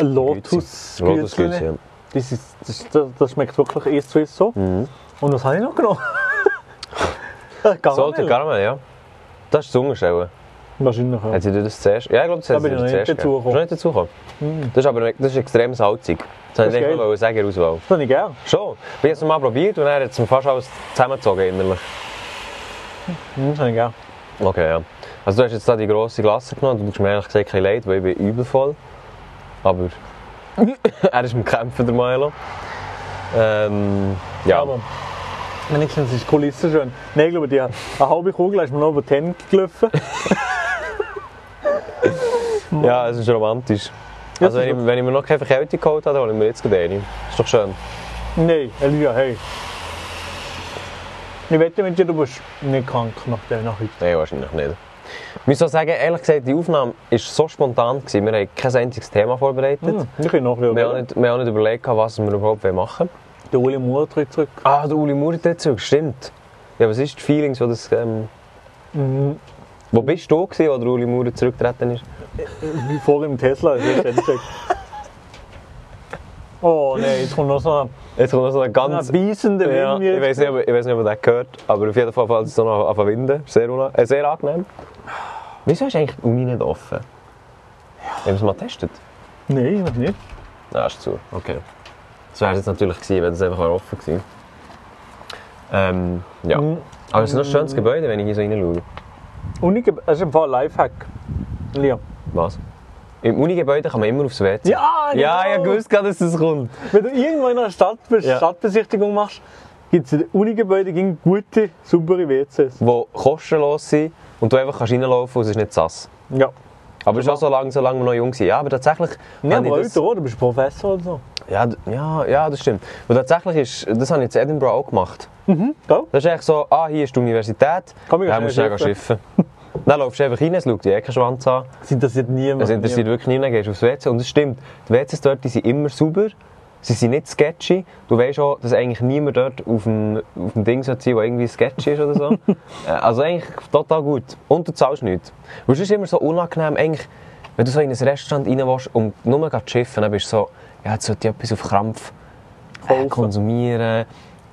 A: lotus
C: Lotus
A: Gütchen.
C: Gütchen, ja.
A: das, ist- das, das, das schmeckt wirklich eins zu eins so.
C: Mhm.
A: Und was habe ich noch genommen? Äh,
C: Sollte
A: Garamell.
C: Caramel, ja. Das ist die Zungenschelle.
A: Wahrscheinlich, ja.
C: Hat sie dir das zuerst? Ja, ich glaube, das hat
A: Da
C: sie
A: bin ich
C: dir
A: noch
C: zuerst
A: nicht
C: gegeben.
A: dazugekommen. Hm.
C: Ist noch nicht dazugekommen. Das ist aber das ist extrem salzig. Das
A: Das ist
C: wollte ich
A: geil.
C: nicht sagen, in der Auswahl.
A: Das habe ich gern.
C: Schon. Ich habe es mal probiert und er hat es mir fast alles zusammengezogen innerlich.
A: Mhm, Das habe ich gern.
C: Okay, ja. Also du hast jetzt da die grosse Glasse genommen und du tust mir ehrlich gesagt kein leid, weil ich bin übel voll. Aber er ist im Kämpfen, der Milo. Ähm, Ja.
A: Aber wenigstens ist die Kulisse schön. Nein, ich glaube, die eine halbe Kugel hast du mir noch über die Hände gelaufen.
C: Ja, es ist romantisch. Also
A: das
C: wenn
A: ist
C: ich, wenn ich mir noch keine Verkältung geholt habe, dann hole ich mir jetzt gerade eine. Ist doch schön.
A: Nein, Elia, hey. Ich wette mit dir, du bist nicht krank nach der Nachricht.
C: Nein, wahrscheinlich nicht. Ich muss auch sagen, ehrlich gesagt, die Aufnahme war so spontan. Gewesen. Wir haben kein einziges Thema vorbereitet.
A: Hm, ich bin noch ein
C: Wir, haben auch
A: bisschen.
C: nicht, wir haben auch nicht überlegt, was wir überhaupt machen wollen.
A: Der Uli Moore tritt zurück.
C: Ah, der Uli Maurer tritt zurück, stimmt. Ja, was ist die Feelings, wo das... Ähm,
A: Mhm.
C: Wo bist du gewesen, als der Uli Maurer zurückgetreten ist?
A: Wie vor im Tesla, das ist endlich. Oh nein, jetzt kommt noch so ein
C: Jetzt kommt noch so ein
A: ein
C: ganz...
A: beißender Wind
C: Ja, ich weiß
A: jetzt.
C: nicht, ob, ich weiss nicht, ob man das gehört, aber auf jeden Fall fällt es dann noch auf den Winden. Sehr, una- äh, sehr angenehm. Wieso ist eigentlich die Uni nicht offen? Haben wir es mal getestet?
A: Nein, noch nicht.
C: Ja, ist zu. Okay. So wäre es jetzt natürlich gewesen, wenn es einfach offen gewesen Ähm, ja.
A: Mhm.
C: Aber es ist noch ein schönes Gebäude, wenn ich hier so reinschaue.
A: Unige, das ist ein paar Lifehack. Lia.
C: Was? Im Uni-Gebäude kann man immer aufs WC.
A: Ja, genau.
C: Ja, ich wusste gerade, dass das kommt.
A: Wenn du irgendwo in einer Stadt bist,
C: Ja.
A: Stadtbesichtigung machst, gibt es in den Unigebäuden gegen gute, saubere WCs.
C: Die kostenlos sind und du einfach kannst reinlaufen und es ist nicht sass.
A: Ja.
C: Aber es ist auch so lange, solange wir noch jung sind. Ja, aber tatsächlich...
A: Ja,
C: habe ich
A: aber
C: das-
A: älter, oder? Du bist Professor oder so.
C: Ja, d- ja, ja, das stimmt. Und tatsächlich ist, das habe ich jetzt in Edinburgh auch gemacht.
A: Mhm, Gell?
C: Das ist echt so, ah, hier ist die Universität,
A: Komm, ich
C: da
A: geh
C: musst du
A: schnell
C: schnell schiffen. Dann laufst du einfach rein, es schaut dir eh keinen Schwanz an.
A: Das interessiert niemand.
C: Es interessiert Also, wirklich niemanden, gehst aufs WC. Und es stimmt, die WCs dort die sind immer sauber, sie sind nicht sketchy. Du weißt auch, dass eigentlich niemand dort auf dem, auf dem Ding sein sollte, der irgendwie sketchy ist oder so. Äh, also eigentlich total gut. Und du zahlst nichts. Und es ist immer so unangenehm, eigentlich, wenn du so in ein Restaurant rein willst und nur zu schiffen, dann bist du so, ja, jetzt sollte ich etwas auf Krampf äh,
A: Kaufen.
C: konsumieren.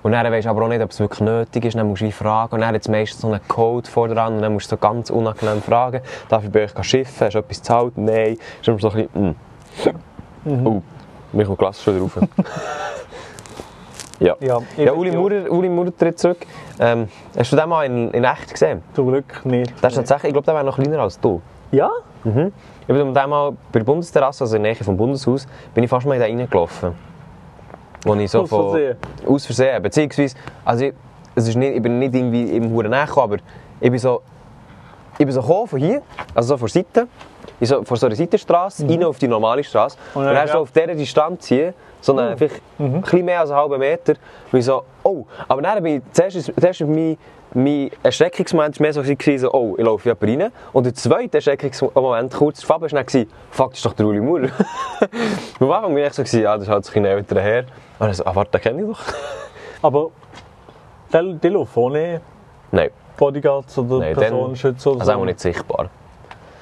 C: Und dann weisst du aber auch nicht, ob es wirklich nötig ist. Dann musst du wie fragen. Und dann hat es meistens so einen Code vor dran. Und dann musst du so ganz unangenehm fragen. Darf ich bei euch schiffen? Hast du etwas gezahlt? Nein. Ist immer so ein bisschen, mm. Oh, mir kommt die Klasse schon wieder rauf. ja.
A: Ja,
C: Ja,
A: ich
C: Uli,
A: bin-
C: Maurer, Uli Maurer tritt zurück. Ähm, hast du den mal in, in echt gesehen?
A: Zum Glück nicht.
C: Das ist tatsächlich, ich glaube, der wäre noch kleiner als du.
A: Ja?
C: Ich bin um einmal bei der Bundesterrasse, also in der Nähe vom Bundeshaus, bin ich fast mal in den reingelaufen. Wo ich so
A: Aus
C: von-
A: Versehen.
C: Aus Versehen, beziehungsweise, also ich, es ist nicht, ich bin nicht irgendwie im Huren nachgekommen, aber ich bin so, ich bin so gekommen von hier, also so von der Seite, in so, von so einer Seitenstrasse, rein auf die normale Straße. Und
A: Und
C: dann,
A: dann,
C: hast du
A: ja.
C: auf dieser Distanz hier, so einen, vielleicht ein bisschen mehr als einen halben Meter, bin ich so, oh, aber dann bin ich, zuerst, ist- zuerst ist mein, mein Erschreckungsmoment war mehr so, gewesen, so, oh, ich laufe hier rein. Und der zweite Erschreckungsmoment, kurz davor, war dann, gewesen, fuck, das ist doch der Uli Maurer. Am Anfang war ich so, gewesen, ja, das ist halt so ein älterer Herr. Und dann so, ah, warte, den kenne ich doch.
A: Aber Tel- Telefone,
C: Nein,
A: Bodyguards oder
C: nein,
A: Personenschützer oder
C: also auch nicht sichtbar.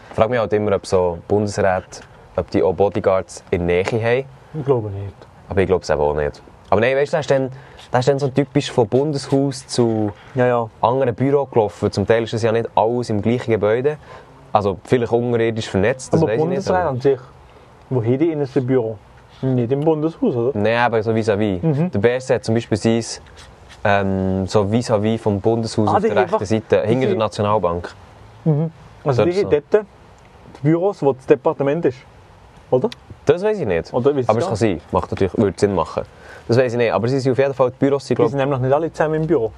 C: Ich frage mich halt immer, ob so Bundesräte, ob die auch Bodyguards in der Nähe haben.
A: Ich glaube nicht.
C: Aber ich glaube es eben auch nicht. Aber nein, weißt du, das ist dann, das ist dann so typisch von Bundeshaus zu
A: Ja, ja.
C: anderen Büro gelaufen. Zum Teil ist das ja nicht alles im gleichen Gebäude. Also vielleicht unterirdisch vernetzt, das
A: aber
C: weiß ich nicht.
A: Bundesrat an sich, woher die in das Büro? Nicht im Bundeshaus, oder?
C: Nein, aber so vis-à-vis.
A: Mhm.
C: Der BSC hat zum Beispiel sein, ähm, so vis-à-vis vom Bundeshaus
A: Ah,
C: auf
A: die
C: der
A: haben
C: rechten
A: einfach-
C: Seite,
A: die
C: hinter der
A: sind-
C: Nationalbank.
A: Also
C: Dort
A: die
C: so.
A: haben dort die Büros, wo das Departement ist. Oder?
C: Das weiß ich nicht.
A: Oder weiss
C: aber
A: ich
C: es
A: auch.
C: kann sein. Macht natürlich, würde Sinn machen. Das weiß ich nicht. Aber sie sind auf jeden Fall, die Büros sind,
A: Die sind
C: glaube
A: nämlich nicht alle zusammen im Büro.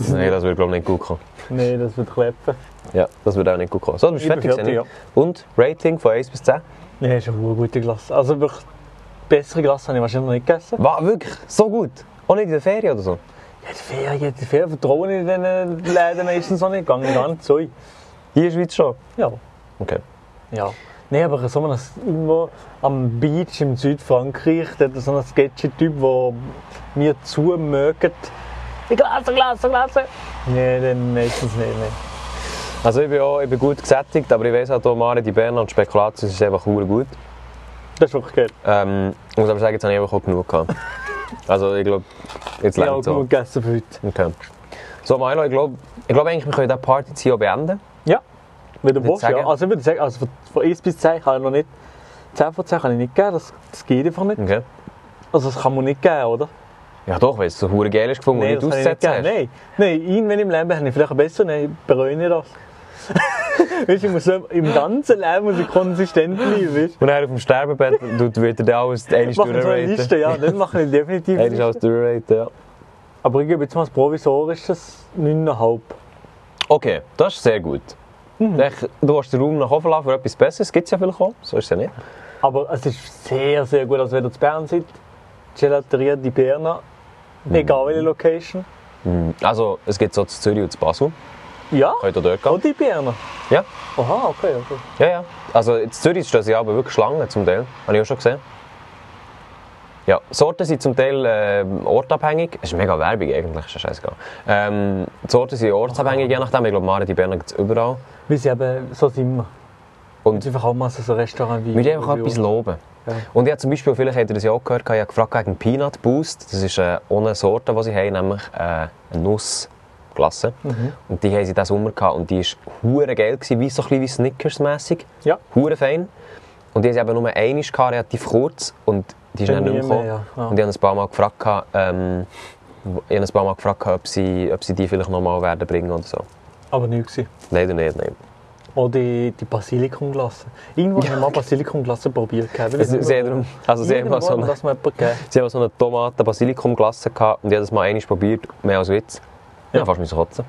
C: ich. Nein, das würde, glaube ich, nicht gut kommen.
A: Nein, das wird klappen.
C: Ja, das würde auch nicht gut kommen. So, du bist
A: Ich bin
C: fertig,
A: fertig,
C: Sani. Und Rating von 1 bis 10?
A: Nein, das ist eine gute Glasse. Also wirklich, bessere Glasse habe ich wahrscheinlich noch nicht gegessen.
C: War wirklich so gut. Auch nicht in der Ferien oder so.
A: Ja, die Ferien, die Ferien vertrauen in diesen Läden meistens auch nicht. Gehen gar nicht so ein.
C: Hier in der Schweiz schon.
A: Ja.
C: Okay.
A: Ja. Nein, aber so ein, irgendwo am Beach im Südfrankreich, da hat so ein Sketchy-Typ, der mir zumögt. Die Glasse, Glasse, Glasse! Nein, dann meistens nicht. Nein.
C: Also ich bin, auch, ich bin gut gesättigt, aber ich weiss halt auch, Mare die Bern und Spekulatius ist einfach verdammt gut.
A: Das ist wirklich geil.
C: Ähm, ich muss aber sagen, jetzt habe ich einfach auch genug gehabt. Also ich glaube, jetzt
A: Ich habe auch
C: längst so.
A: genug gegessen für heute.
C: Okay. So Milo, ich glaube, ich glaub eigentlich, wir können diese Party jetzt hier auch beenden.
A: Ja. Wenn du willst,
C: sagen-
A: ja. Also ich würde sagen, also von, von 1 bis 10 kann ich noch nicht... 10 von 10 kann ich nicht geben, das, das geht einfach nicht.
C: Okay.
A: Also das kann man nicht geben, oder?
C: Ja doch, weil es so verdammt geil ist gefunden und nicht
A: das kann ich
C: aussetzen hast.
A: nicht geben. Nein, nein, ihn, wenn ich im Leben habe, ich vielleicht besser, nein, ich bereue nicht das. weißt, du, ich muss so, im ganzen Leben muss ich konsistent bleiben, weißt?
C: Und dann auf dem Sterbebett tut- wird er dann alles einmal
A: Ich mache so eine
C: durchraten.
A: Liste, ja, das mache ich definitiv.
C: Einmal alles durchraten, ja.
A: Aber ich gebe jetzt mal als provisorisches 9,5.
F: Okay, das ist sehr gut.
A: Mhm.
F: Ich- Du hast den Raum nach oben lassen für etwas Besseres, gibt es ja vielleicht auch, so ist es ja nicht.
A: Aber es ist sehr, sehr gut. Also wenn ihr zu Bern seid, Gelateria di Berna,
F: Mhm.
A: egal welche Location.
F: Also, es gibt so zu Zürich und zu Basel,
A: Ja,
F: könnt ihr dort
A: auch
F: gehen.
A: di Berna.
F: Ja,
A: Aha, okay, okay.
F: ja, ja. Also, in Zürich stehen sie aber wirklich Schlangen zum Teil, habe ich auch schon gesehen. Ja, Sorten sind zum Teil ähm, ortabhängig. Es ist mega Werbung eigentlich, ist ja scheißegal. Ähm, die Sorten sind ortsabhängig, je nachdem. Ich glaube, Mare di Berna gibt es überall.
A: Wir sind eben, so sind wir.
F: Und
A: Es ist einfach auch mal so so ein Restaurant wie...
F: Ich würde einfach etwas loben.
A: Ja.
F: Und ich habe zum Beispiel, vielleicht habt ihr das ja auch gehört, ich habe gefragt wegen Peanut Boost. Das ist äh, ohne Sorte, die sie haben, nämlich äh, eine Nussglasse.
A: Mhm.
F: Und die haben sie diesen Sommer gehabt. Und die war hure geil, gewesen, wie so ein bisschen wie snickers mässig
A: Ja.
F: Hure fein. Und die haben sie eben nur einmal gehabt, relativ kurz. Und die ist
A: Dann
F: dann nicht mehr
A: nie mehr,
F: gekommen.
A: ja. Ja.
F: Und ich habe ein paar Mal gefragt, gehabt, ähm, ich habe ein paar Mal gefragt, gehabt, ob sie, ob sie die vielleicht nochmal werden bringen oder so.
A: Aber nichts gewesen.
F: Leider nicht, nein.
A: Oder die, die Basilikumglasse. Irgendwo haben wir mal Basilikumglasse probiert. gehabt. Wir
F: Es-
A: wissen
F: sie
A: nicht,
F: haben- also sie haben
A: irgendwo
F: mal so eine-
A: das mal jemand gegeben.
F: Sie haben so eine Tomaten-Basilikum-Glasse gehabt und ich habe das mal einmal probiert, mehr als Witz. Ja,
A: Ja.
F: fast müssen kotzen.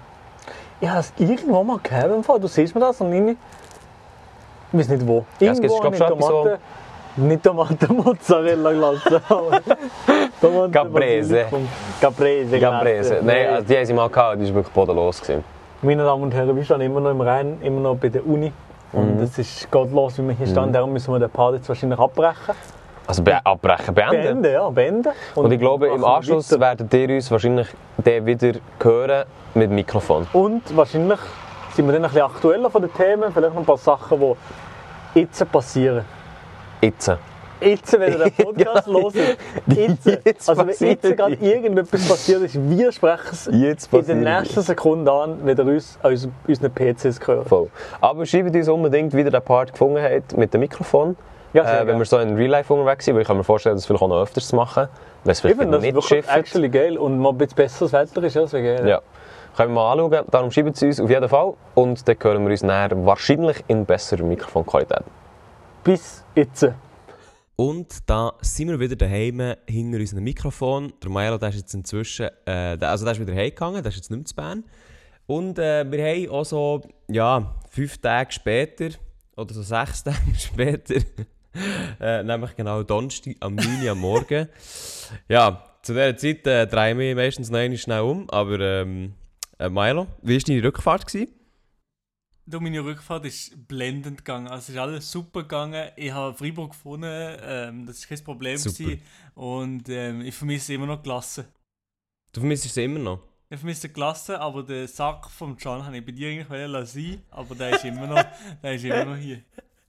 A: Ich habe es irgendwo mal gehabt. im Fall. Du siehst mir das und ich... Ich weiß nicht wo.
F: Ja, es gibt, glaub, schon etwas, wo-
A: Nicht Tomaten, Mozzarella Glasse. aber Tomaten,
F: Caprese.
A: Basilikum. Caprese.
F: Caprese.
A: Glasse.
F: Nein, also die haben sie mal gehabt, die war wirklich bodenlos. Gewesen.
A: Meine Damen und Herren, wir stehen immer noch im Rhein, immer noch bei der Uni. Und
F: Mhm.
A: es ist gottlos, wie wir hier stehen. Darum müssen wir den Part jetzt wahrscheinlich abbrechen.
F: Also be abbrechen, beenden.
A: Beenden, ja, Also beenden.
F: Und ich glaube, im
A: machen wir
F: Anschluss
A: weiter.
F: werdet ihr uns wahrscheinlich den wieder hören mit dem Mikrofon.
A: Und wahrscheinlich sind wir dann ein bisschen aktueller von den Themen. Vielleicht noch ein paar Sachen, die jetzt passieren.
F: Jetzt.
A: Jetzt, wenn ihr den Podcast los jetzt,
F: Jetzt
A: also wenn
F: passiert
A: jetzt gerade
F: die-
A: irgendetwas passiert ist, wir sprechen es
F: Jetzt
A: in den
F: passiert die.
A: nächsten Sekunden an, wenn ihr uns an uns- unseren PCs gehört.
F: Voll. Aber schreibt uns unbedingt, wie ihr den Part gefunden habt mit dem Mikrofon.
A: Ja, sehr
F: äh, wenn
A: gerne.
F: wir so in Real Life unterwegs sind, weil ich kann mir vorstellen, das vielleicht auch noch öfters zu machen. Wenn es
A: Ich
F: vielleicht
A: finde das
F: nicht
A: wirklich
F: schifft.
A: actually geil und mal ein bisschen besseres Wetter ist, ja, das wäre geil.
F: Ja. Können wir mal anschauen. Darum schreiben sie uns auf jeden Fall. Und dann hören wir uns nachher wahrscheinlich in besserer Mikrofonqualität.
A: Bis jetzt.
C: Und da sind wir wieder daheim hinter unserem Mikrofon. Der Maelo der ist jetzt inzwischen, äh, der- also der ist wieder heimgegangen, der ist jetzt nicht mehr zu Bern. Und äh, wir haben auch so, ja, fünf Tage später, oder so sechs Tage später, äh, nämlich genau Donnerstag am 9 Uhr am Morgen. Ja, zu dieser Zeit äh, drehen wir meistens noch einmal schnell um, aber ähm, äh, Maelo, wie war deine Rückfahrt? Gewesen?
G: Du, meine Rückfahrt ist blendend gegangen. Also, es ist alles super gegangen. Ich habe Freiburg gefunden, ähm, das war kein Problem.
C: Super.
G: Gewesen. Und ähm, ich vermisse immer noch Klasse.
C: Du vermisst es immer noch.
G: Ich vermisse die Klasse, aber den Sack von John habe ich bei dir eigentlich wollen lassen, aber der ist immer noch, der ist immer noch hier.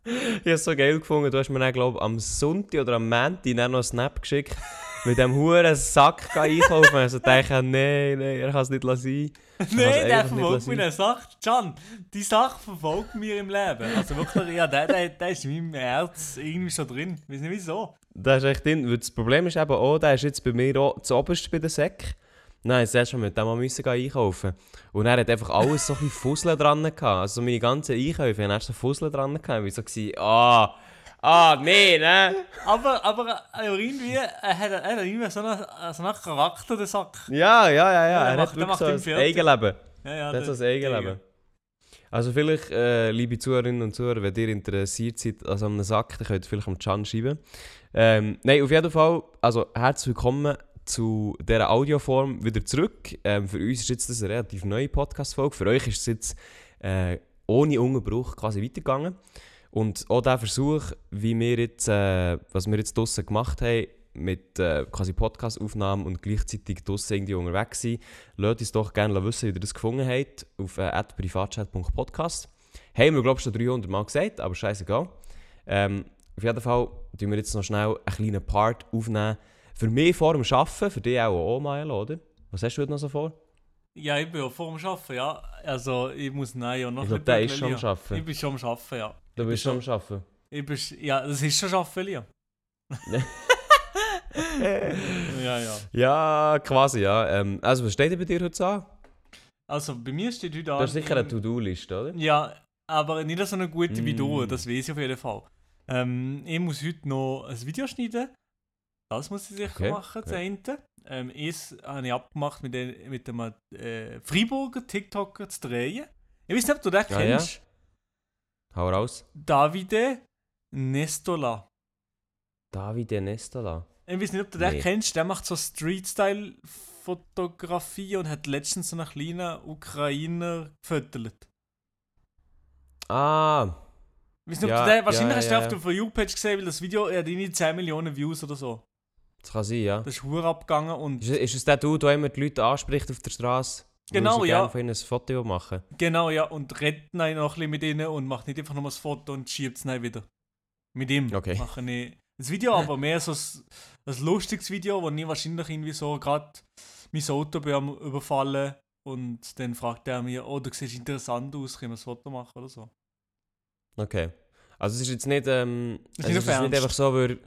C: Ich habe es so geil gefunden, du hast mir dann, glaub, am Sonntag oder am Montag dann noch einen Snap geschickt, mit dem huren Sack geh einkaufen. Also dachte nee, nee, er kann es nicht lassen.
G: Nein, der
C: einfach nicht
G: verfolgt
C: lassen.
G: mich der Sache. John, die Sache verfolgt mir im Leben. Also wirklich, ja, der, der, der ist in meinem Herz irgendwie schon drin. Ich weiß nicht wieso.
C: Das ist echt drin, weil das Problem ist eben auch, der ist jetzt bei mir auch zu oberst bei der Säck. Nein, jetzt erst mal mit dem mal müssen gehen einkaufen. Und er hat einfach alles so ein bisschen Fussel dran gehabt. Also meine ganzen Einkäufe, er so Fussel dran gehabt. Ich war so, gewesen, ah, ah, nee, ne?
G: Aber, aber äh, irgendwie äh, hat er, er hat irgendwie so einen, so einen Charakter, der Sack.
C: Ja, ja, ja, ja.
G: der
C: Er
G: macht- der
C: hat wirklich
G: macht
C: so
G: ihn
C: ein
G: fertig.
C: Eigenleben.
G: Ja, ja,
C: Das
G: der-
C: ist das Eigenleben. Also vielleicht, äh, liebe Zuhörerinnen und Zuhörer, wenn ihr interessiert seid also an einem Sack, dann könnt ihr vielleicht am Can schreiben. Ähm, nein, auf jeden Fall, also herzlich willkommen zu dieser Audioform wieder zurück. Ähm, für uns ist jetzt das eine relativ neue Podcast-Folge. Für euch ist es jetzt äh, ohne Unterbruch quasi weitergegangen. Und auch der Versuch, wie wir jetzt, äh, was wir jetzt draussen gemacht haben, mit äh, quasi Podcast-Aufnahmen und gleichzeitig draussen irgendwie unterwegs sind, lasst uns doch gerne wissen, wie ihr das gefunden habt, auf äh, privatchat.podcast. Haben wir, glaube ich, schon 300 Mal gesagt, aber scheißegal. Ähm, auf jeden Fall tun wir jetzt noch schnell einen kleinen Part aufnehmen. Für mich vor dem Arbeiten, für dich auch, auch Mael, oder? Was hast du heute noch so vor?
G: Ja, ich bin ja vor dem Arbeiten, ja. Also, ich muss nein, ja noch
C: Ich
G: ein
C: glaub,
G: bisschen
C: der ist schon am
G: bügeln, ja.
C: Arbeiten.
G: Ich bin schon am Arbeiten, ja.
C: Du bist schon am Arbeiten.
G: Ich bin, sch- ja, das ist schon Arbeiten, ja. ja, ja.
C: Ja, quasi, ja. Ähm, also, was steht denn bei dir heute so an?
G: Also, bei mir steht heute
C: Du hast sicher eine
G: ähm,
C: To-Do-Liste, oder?
G: Ja, aber nicht so eine
C: Mm.
G: gute wie du, das weiß ich auf jeden Fall. Ähm, ich muss heute noch ein Video schneiden. Das muss ich sicher
C: Okay,
G: machen, das
C: ja.
G: eine. Ähm, eins habe ich abgemacht, mit dem, mit dem äh, Freiburger TikToker zu drehen. Ich weiß nicht, ob du den
C: Ja,
G: kennst.
C: Hau raus.
G: Davide Nestola.
C: Davide Nestola.
G: Ich weiß nicht, ob du den
C: Nee.
G: kennst. Der macht so Street-Style-Fotografie und hat letztens so einen kleinen Ukrainer gefüttert.
C: Ah,
G: Weiss nicht, ob
C: Ja,
G: du den, wahrscheinlich
C: ja,
G: hast du
C: ja,
G: den auf
C: ja.
G: der For You-Page gesehen, weil das Video hat irgendwie 10 Millionen Views oder so.
C: das kann sein, ja.
G: Das ist hure abgegangen und
C: Ist, ist es der du, der immer die Leute anspricht auf der Straße?
G: Genau,
C: sie
G: ja.
C: gerne von ihnen ein Foto machen.
G: genau ja und redet ihn noch ein bisschen mit ihnen und macht nicht einfach nur das Foto und schiebt es dann wieder. Mit ihm
C: Okay.
G: mache ich das Video, aber mehr so ein, ein lustiges Video, wo ich wahrscheinlich irgendwie so gerade mein Auto bin am überfallen und dann fragt er mir, oh du siehst interessant aus, können wir ein Foto machen oder so.
C: Okay. Also es ist jetzt nicht, ähm,
G: Ist
C: es
G: nicht
C: ist jetzt
G: auf
C: nicht
G: Ernst.
C: einfach so, weil,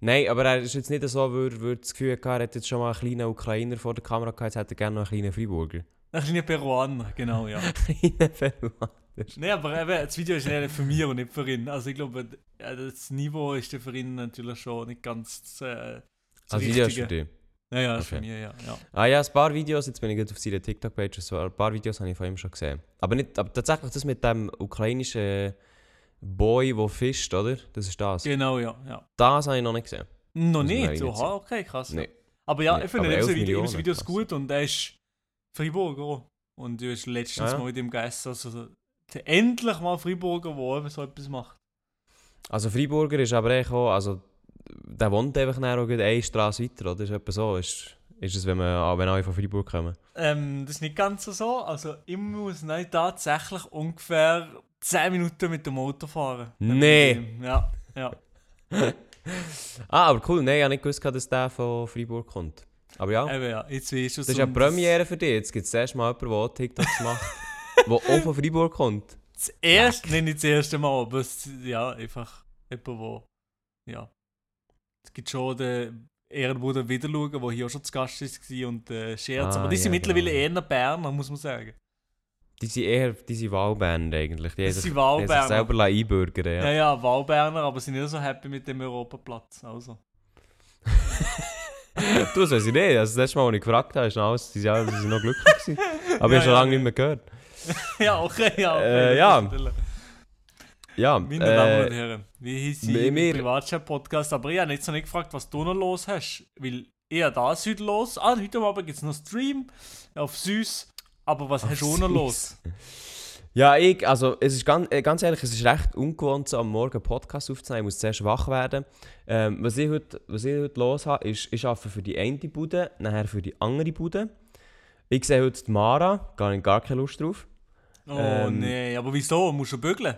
C: nein, aber er ist jetzt nicht so, weil, weil das Gefühl hatte, er hat jetzt schon mal einen kleinen Ukrainer vor der Kamera gehabt, jetzt hätte er gerne noch einen kleinen Freiburger.
G: Ein kleiner Peruaner, genau ja.
C: Kleinen Peruaner.
G: Nee, aber eben, das Video ist ja für mich und nicht für ihn. Also ich glaube, äh, das Niveau ist ja für ihn natürlich schon nicht ganz äh, das
C: Also Videos für
G: Richtige.
C: dich.
G: Naja, ist für
C: Okay.
G: mich, ja. ja.
C: Ah ja, ein paar Videos, jetzt bin ich gerade auf seiner TikTok-Page, so ein paar Videos habe ich von ihm schon gesehen. Aber, nicht, aber tatsächlich das mit dem ukrainischen Boy, der fischt, oder? Das ist das.
G: Genau, ja. ja.
C: Das habe ich noch nicht gesehen.
G: Noch
C: Muss man
G: nicht?
C: eigentlich nicht
G: Oha, okay, krass. ja.
C: Nee.
G: Aber ja,
C: Nee,
G: ich finde
C: aber
G: eben so
C: 11
G: Video, Videos
C: Millionen,
G: Videos
C: krass.
G: gut und er ist Freiburger auch. Und du hast letztens
C: Ah, Ja, ja.
G: mal mit dem Geist, also so- endlich mal Freiburger, wo eben so etwas macht.
C: Also Freiburger ist aber echt auch, also der wohnt einfach dann auch gerade eine Straße weiter, oder? Ist etwa so, ist, ist es, wenn wir ah, wenn alle von Freiburg kommen.
G: Ähm, das ist nicht ganz so. Also ich muss nein, tatsächlich ungefähr 10 Minuten mit dem Auto fahren.
C: Nee.
G: Ja, ja.
C: Ah, aber cool, nein, ich habe nicht gewusst, dass der von Freiburg kommt. Aber ja,
G: Eben ja, jetzt weißt du
C: Ähm,
G: um
C: das ist ja Premiere für dich. Jetzt gibt es erst mal jemanden, der auch TikToks macht, der auch von Freiburg kommt.
G: Das erste, nein, nicht das erste Mal, aber es, ja, einfach jemand, wo. Ja. Es gibt schon den Ehrenbruder Wiederschauen, der hier auch schon zu Gast war und äh, Scherz.
C: Ah,
G: aber die sind
C: ja,
G: mittlerweile
C: genau.
G: eher Berner, muss man sagen.
C: Die sind eher diese Wahlbänder eigentlich. Die haben
G: Das
C: sich-
G: sind
C: die haben sich
G: Wahlbänder.
C: selber lassen einbürgern
G: Ja,
C: ja.
G: ja, Wahlberner, aber sind nicht so happy mit dem Europaplatz. Also.
C: Du, das weiß ich nicht. Also, das letzte Mal, als ich gefragt habe, ist alles, die sind, alle- die sind noch glücklich gewesen.
G: Ja,
C: Aber ich habe schon
G: ja, ja.
C: lange nicht mehr gehört.
G: ja, okay, ja. Okay,
C: Äh,
G: das
C: ja.
G: ist natürlich-
C: Ja,
G: Meine Damen und
C: äh,
G: Herren, wie hieß
C: wir-
G: sie im
C: wir-
G: Privatchat-Podcast? Aber ich habe jetzt noch nicht gefragt, was du noch los hast. Weil eher das heute los. Ah, heute Abend gibt es noch Stream auf Süß. Aber was hast du auch noch
C: Süß.
G: los?
C: ja, ich, also, es ist ganz, äh, ganz ehrlich, es ist recht ungewohnt, so am Morgen einen Podcast aufzunehmen. Ich muss zuerst wach werden. Ähm, was, ich heute, was ich heute los habe, ist, ich arbeite für die eine Bude, nachher für die andere Bude. Ich sehe heute die Mara, gar, gar keine Lust drauf.
G: Oh
C: Ähm.
G: nee, aber wieso? Musst du bügeln?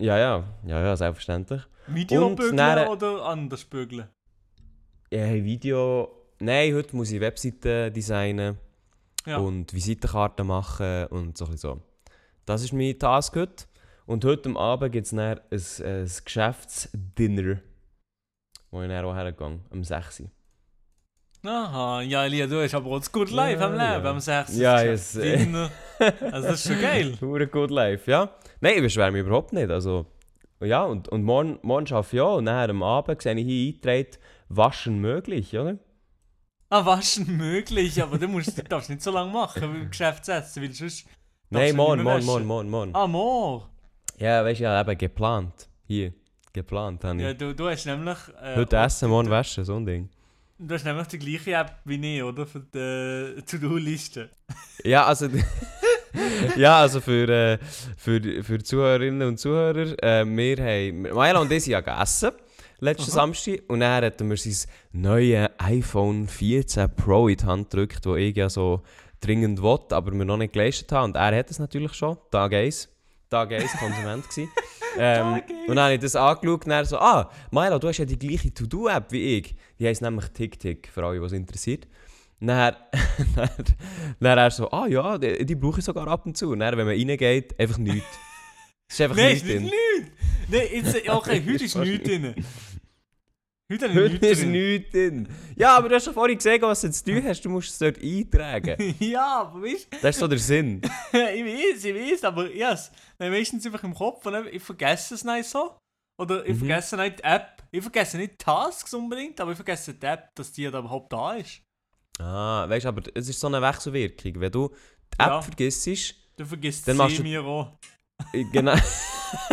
C: Ja, ja, ja, ja, selbstverständlich.
G: Video
C: Und
G: bügeln
C: dann-
G: oder anders bügeln?
C: Ja, hey, Video. Nein, heute muss ich Webseiten designen
G: Ja.
C: und Visitenkarten machen und so. ein bisschen so. Das ist mein Task heute. Und heute am Abend gibt es dann ein, ein Geschäftsdinner, wo ich dann auch hergehe, am 6. Uhr.
G: Aha, ja, Elia, du hast aber auch das Good Life
C: Ja,
G: am Leben,
C: ja.
G: am 6.
C: Ja,
G: Geschäft.
C: yes, äh.
G: Dinner. Also, das ist schon geil.
C: Pure good life, ja. Nein, ich beschwere mich überhaupt nicht. Also, ja, und, und morgen, morgen arbeite ich auch. Und dann am Abend sehe ich hier eingetragen, waschen möglich, oder?
G: Ah, waschen möglich, aber du musst, du darfst nicht so lange machen beim Geschäftsessen, weil sonst. darfst du
C: Nein,
G: nicht
C: morgen,
G: mehr
C: morgen,
G: waschen.
C: morgen, morgen, morgen.
G: Ah, morgen.
C: Ja, weißt du, ich habe eben geplant. Hier, geplant habe ich.
G: Ja, du, du hast nämlich. Äh,
C: Heute essen, morgen waschen, so ein Ding.
G: du hast nämlich die gleiche App wie ich, oder? Für die äh, To-Do-Liste.
C: Ja, also, ja, also für, äh, für, für Zuhörerinnen und Zuhörer, äh, wir haben, Maela und ich sind ja gegessen, letzten Samstag, und dann hatten wir sein neues iPhone 14 Pro in die Hand gedrückt, das ich ja so dringend wollte, aber wir noch nicht geleistet haben, und er hat es natürlich schon, Tag 1, Tag 1 Konsument gewesen. Ähm, und dann habe ich das angeschaut und er so, ah, Maela, du hast ja die gleiche To-Do-App wie ich. Die heisst nämlich TickTick, für alle, was interessiert. Dann, dann, dann er so, ah ja, die, die brauche ich sogar ab und zu. Und dann, wenn man reingeht, einfach nichts. Es ist einfach
G: Nein,
C: nichts
G: ist nicht
C: drin.
G: nichts! Nein, jetzt, okay, heute ist nichts drin. Heute habe ich
C: Heute
G: nichts
C: ist
G: drin.
C: nichts drin. Ja, aber du hast schon vorhin gesehen, was du zu tun hast. Du musst es dort eintragen.
G: Ja, aber weißt du,
C: Das ist so der Sinn.
G: ich weiß, ich weiß, aber
C: Mhm.
G: yes, dann meistens einfach im Kopf und dann- ich vergesse es nicht so. Oder ich vergesse nicht die App. Ich vergesse nicht Tasks unbedingt, aber ich vergesse die App, dass die da überhaupt da ist.
C: Ah, weißt du, aber es ist so eine Wechselwirkung. Wenn du die App
G: Ja.
C: vergisst,
G: Du vergisst
C: Dann machst
G: sie
C: du-
G: mir auch.
C: äh, genau,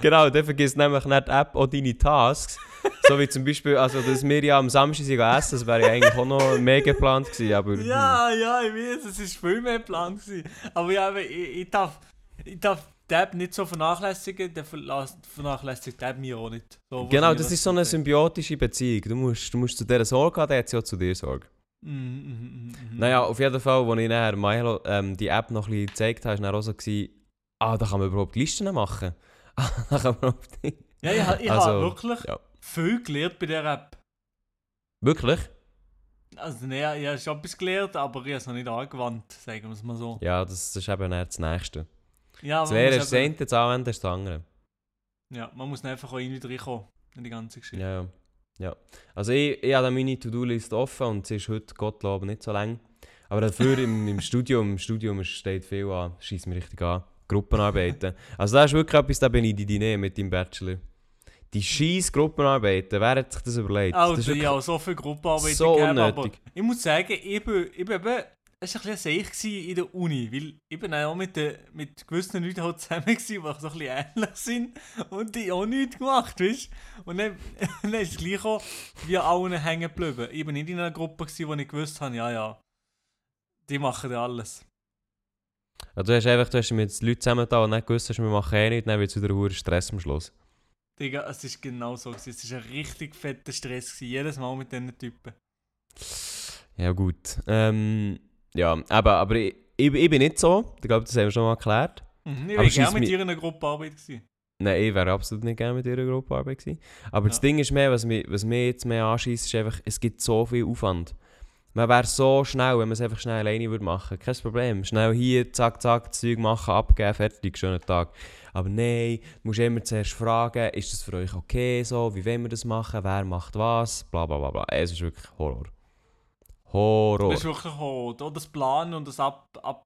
C: genau, dann vergisst nämlich nicht die App auch deine Tasks. so wie zum Beispiel, also, dass wir ja am Samstag sind gegangen essen, das wäre ja eigentlich auch noch mehr geplant gewesen, aber...
G: Ja, ja, ich weiß, es war viel mehr Plan. Gewesen. Aber ja, aber ich, ich darf, ich darf die App nicht so vernachlässigen, der verlas- vernachlässigt die App mir auch nicht. So,
C: Genau,
G: was mir
C: das ist so eine
G: betrifft.
C: symbiotische Beziehung. Du musst, du musst zu dieser Sorge haben, der hat sie auch zu dir Sorge.
G: Mhm, mhm, mhm, mhm.
C: Naja, auf jeden Fall, als ich nachher Milo ähm, die App noch ein bisschen gezeigt habe, war dann auch so, gewesen, ah, da kann man überhaupt Listen machen. Ah, da kann man überhaupt...
G: Ja, ich, ha- ich
C: Also,
G: habe wirklich
C: ja.
G: viel gelernt bei der App.
C: Wirklich?
G: Also, naja, ich habe schon etwas gelernt, aber ich habe es noch nicht angewandt, sagen wir es mal so.
C: Ja, das, das ist eben dann das Nächste.
A: Ah,
G: Ja,
C: Das
G: man
C: Leere
G: muss
C: ist das
G: eben-
C: eine, das Anwenden ist das andere.
G: ja, man muss einfach auch irgendwie reinkommen in die ganze Geschichte.
C: Ja, ja. ja. Also ich, ich habe da meine To-Do-Liste offen und sie ist heute, Gottlob, nicht so lang. Aber dafür im, im Studium, im Studium steht viel an, schießt mir richtig an. Gruppenarbeiten. Also das ist wirklich etwas, da bin ich die Dinee mit deinem Bachelor. Die scheiß Gruppenarbeiten, wer hat sich das überlegt?
G: Alter,
C: das ist
G: Also, ich habe so viel Gruppenarbeiten
C: so
G: gegeben,
C: unnötig.
G: aber ich muss sagen, ich bin, ich bin eben, es war ein bisschen seich gewesen in der Uni, weil ich bin auch mit, den, mit gewissen Leuten halt zusammen war, die so ein bisschen ähnlich sind und die auch nichts gemacht, weißt du? Und dann, dann ist es gleich auch wie an allen hängen geblieben. Ich bin nicht in einer Gruppe, gewesen, wo ich gewusst habe, ja, ja, die machen ja alles.
C: ja, Also du hast einfach du hast mit Leuten zusammengetan und nicht gewusst, hast, wir machen eh nichts, dann wird es wieder hoher Stress am Schluss.
G: Digga, es war genau so. Gewesen. Es war ein richtig fetter Stress, gewesen, jedes Mal mit diesen Typen.
C: Ja, gut. Ähm, ja, aber, aber ich, ich, ich bin nicht so. Ich glaube, das haben wir schon mal erklärt.
G: Mhm,
C: Aber
G: Ich war
C: scheiss
G: gerne mit
C: mich-
G: dir in einer Gruppenarbeit. Gewesen.
C: Nein, ich wäre absolut nicht gerne mit ihrer Gruppenarbeit gewesen. Aber das
G: Ja.
C: Ding ist mehr, was mich, was mich jetzt mehr anschießt, ist einfach, es gibt so viel Aufwand. Man wäre so schnell, wenn man es einfach schnell alleine würde machen. Kein Problem. Schnell hier, zack, zack, das Zeug machen, abgeben, fertig, schönen Tag. Aber nein, du musst immer zuerst fragen, ist das für euch okay so, wie wollen wir das machen, wer macht was, bla bla bla bla. Es ist wirklich Horror. Horror.
G: Das ist wirklich hart. Auch das Planen und das Ab... ab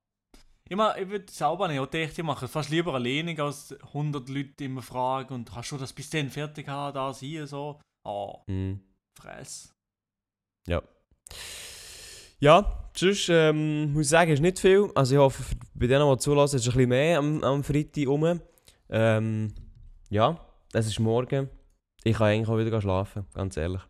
G: ich meine, ich würde selber nicht auch gedacht, ich mache es fast lieber alleine, als 100 Leute immer fragen und kannst du das bis dann fertig haben, das hier, so. Ah,
C: Hm.
G: fress.
C: Ja. Ja, sonst ähm, muss ich sagen, ist nicht viel. Also ich hoffe, für- bei denen, die zulassen, ist ein bisschen mehr am, am Freitag rum. Ähm, ja, es ist morgen. Ich kann eigentlich auch wieder gehen schlafen, ganz ehrlich.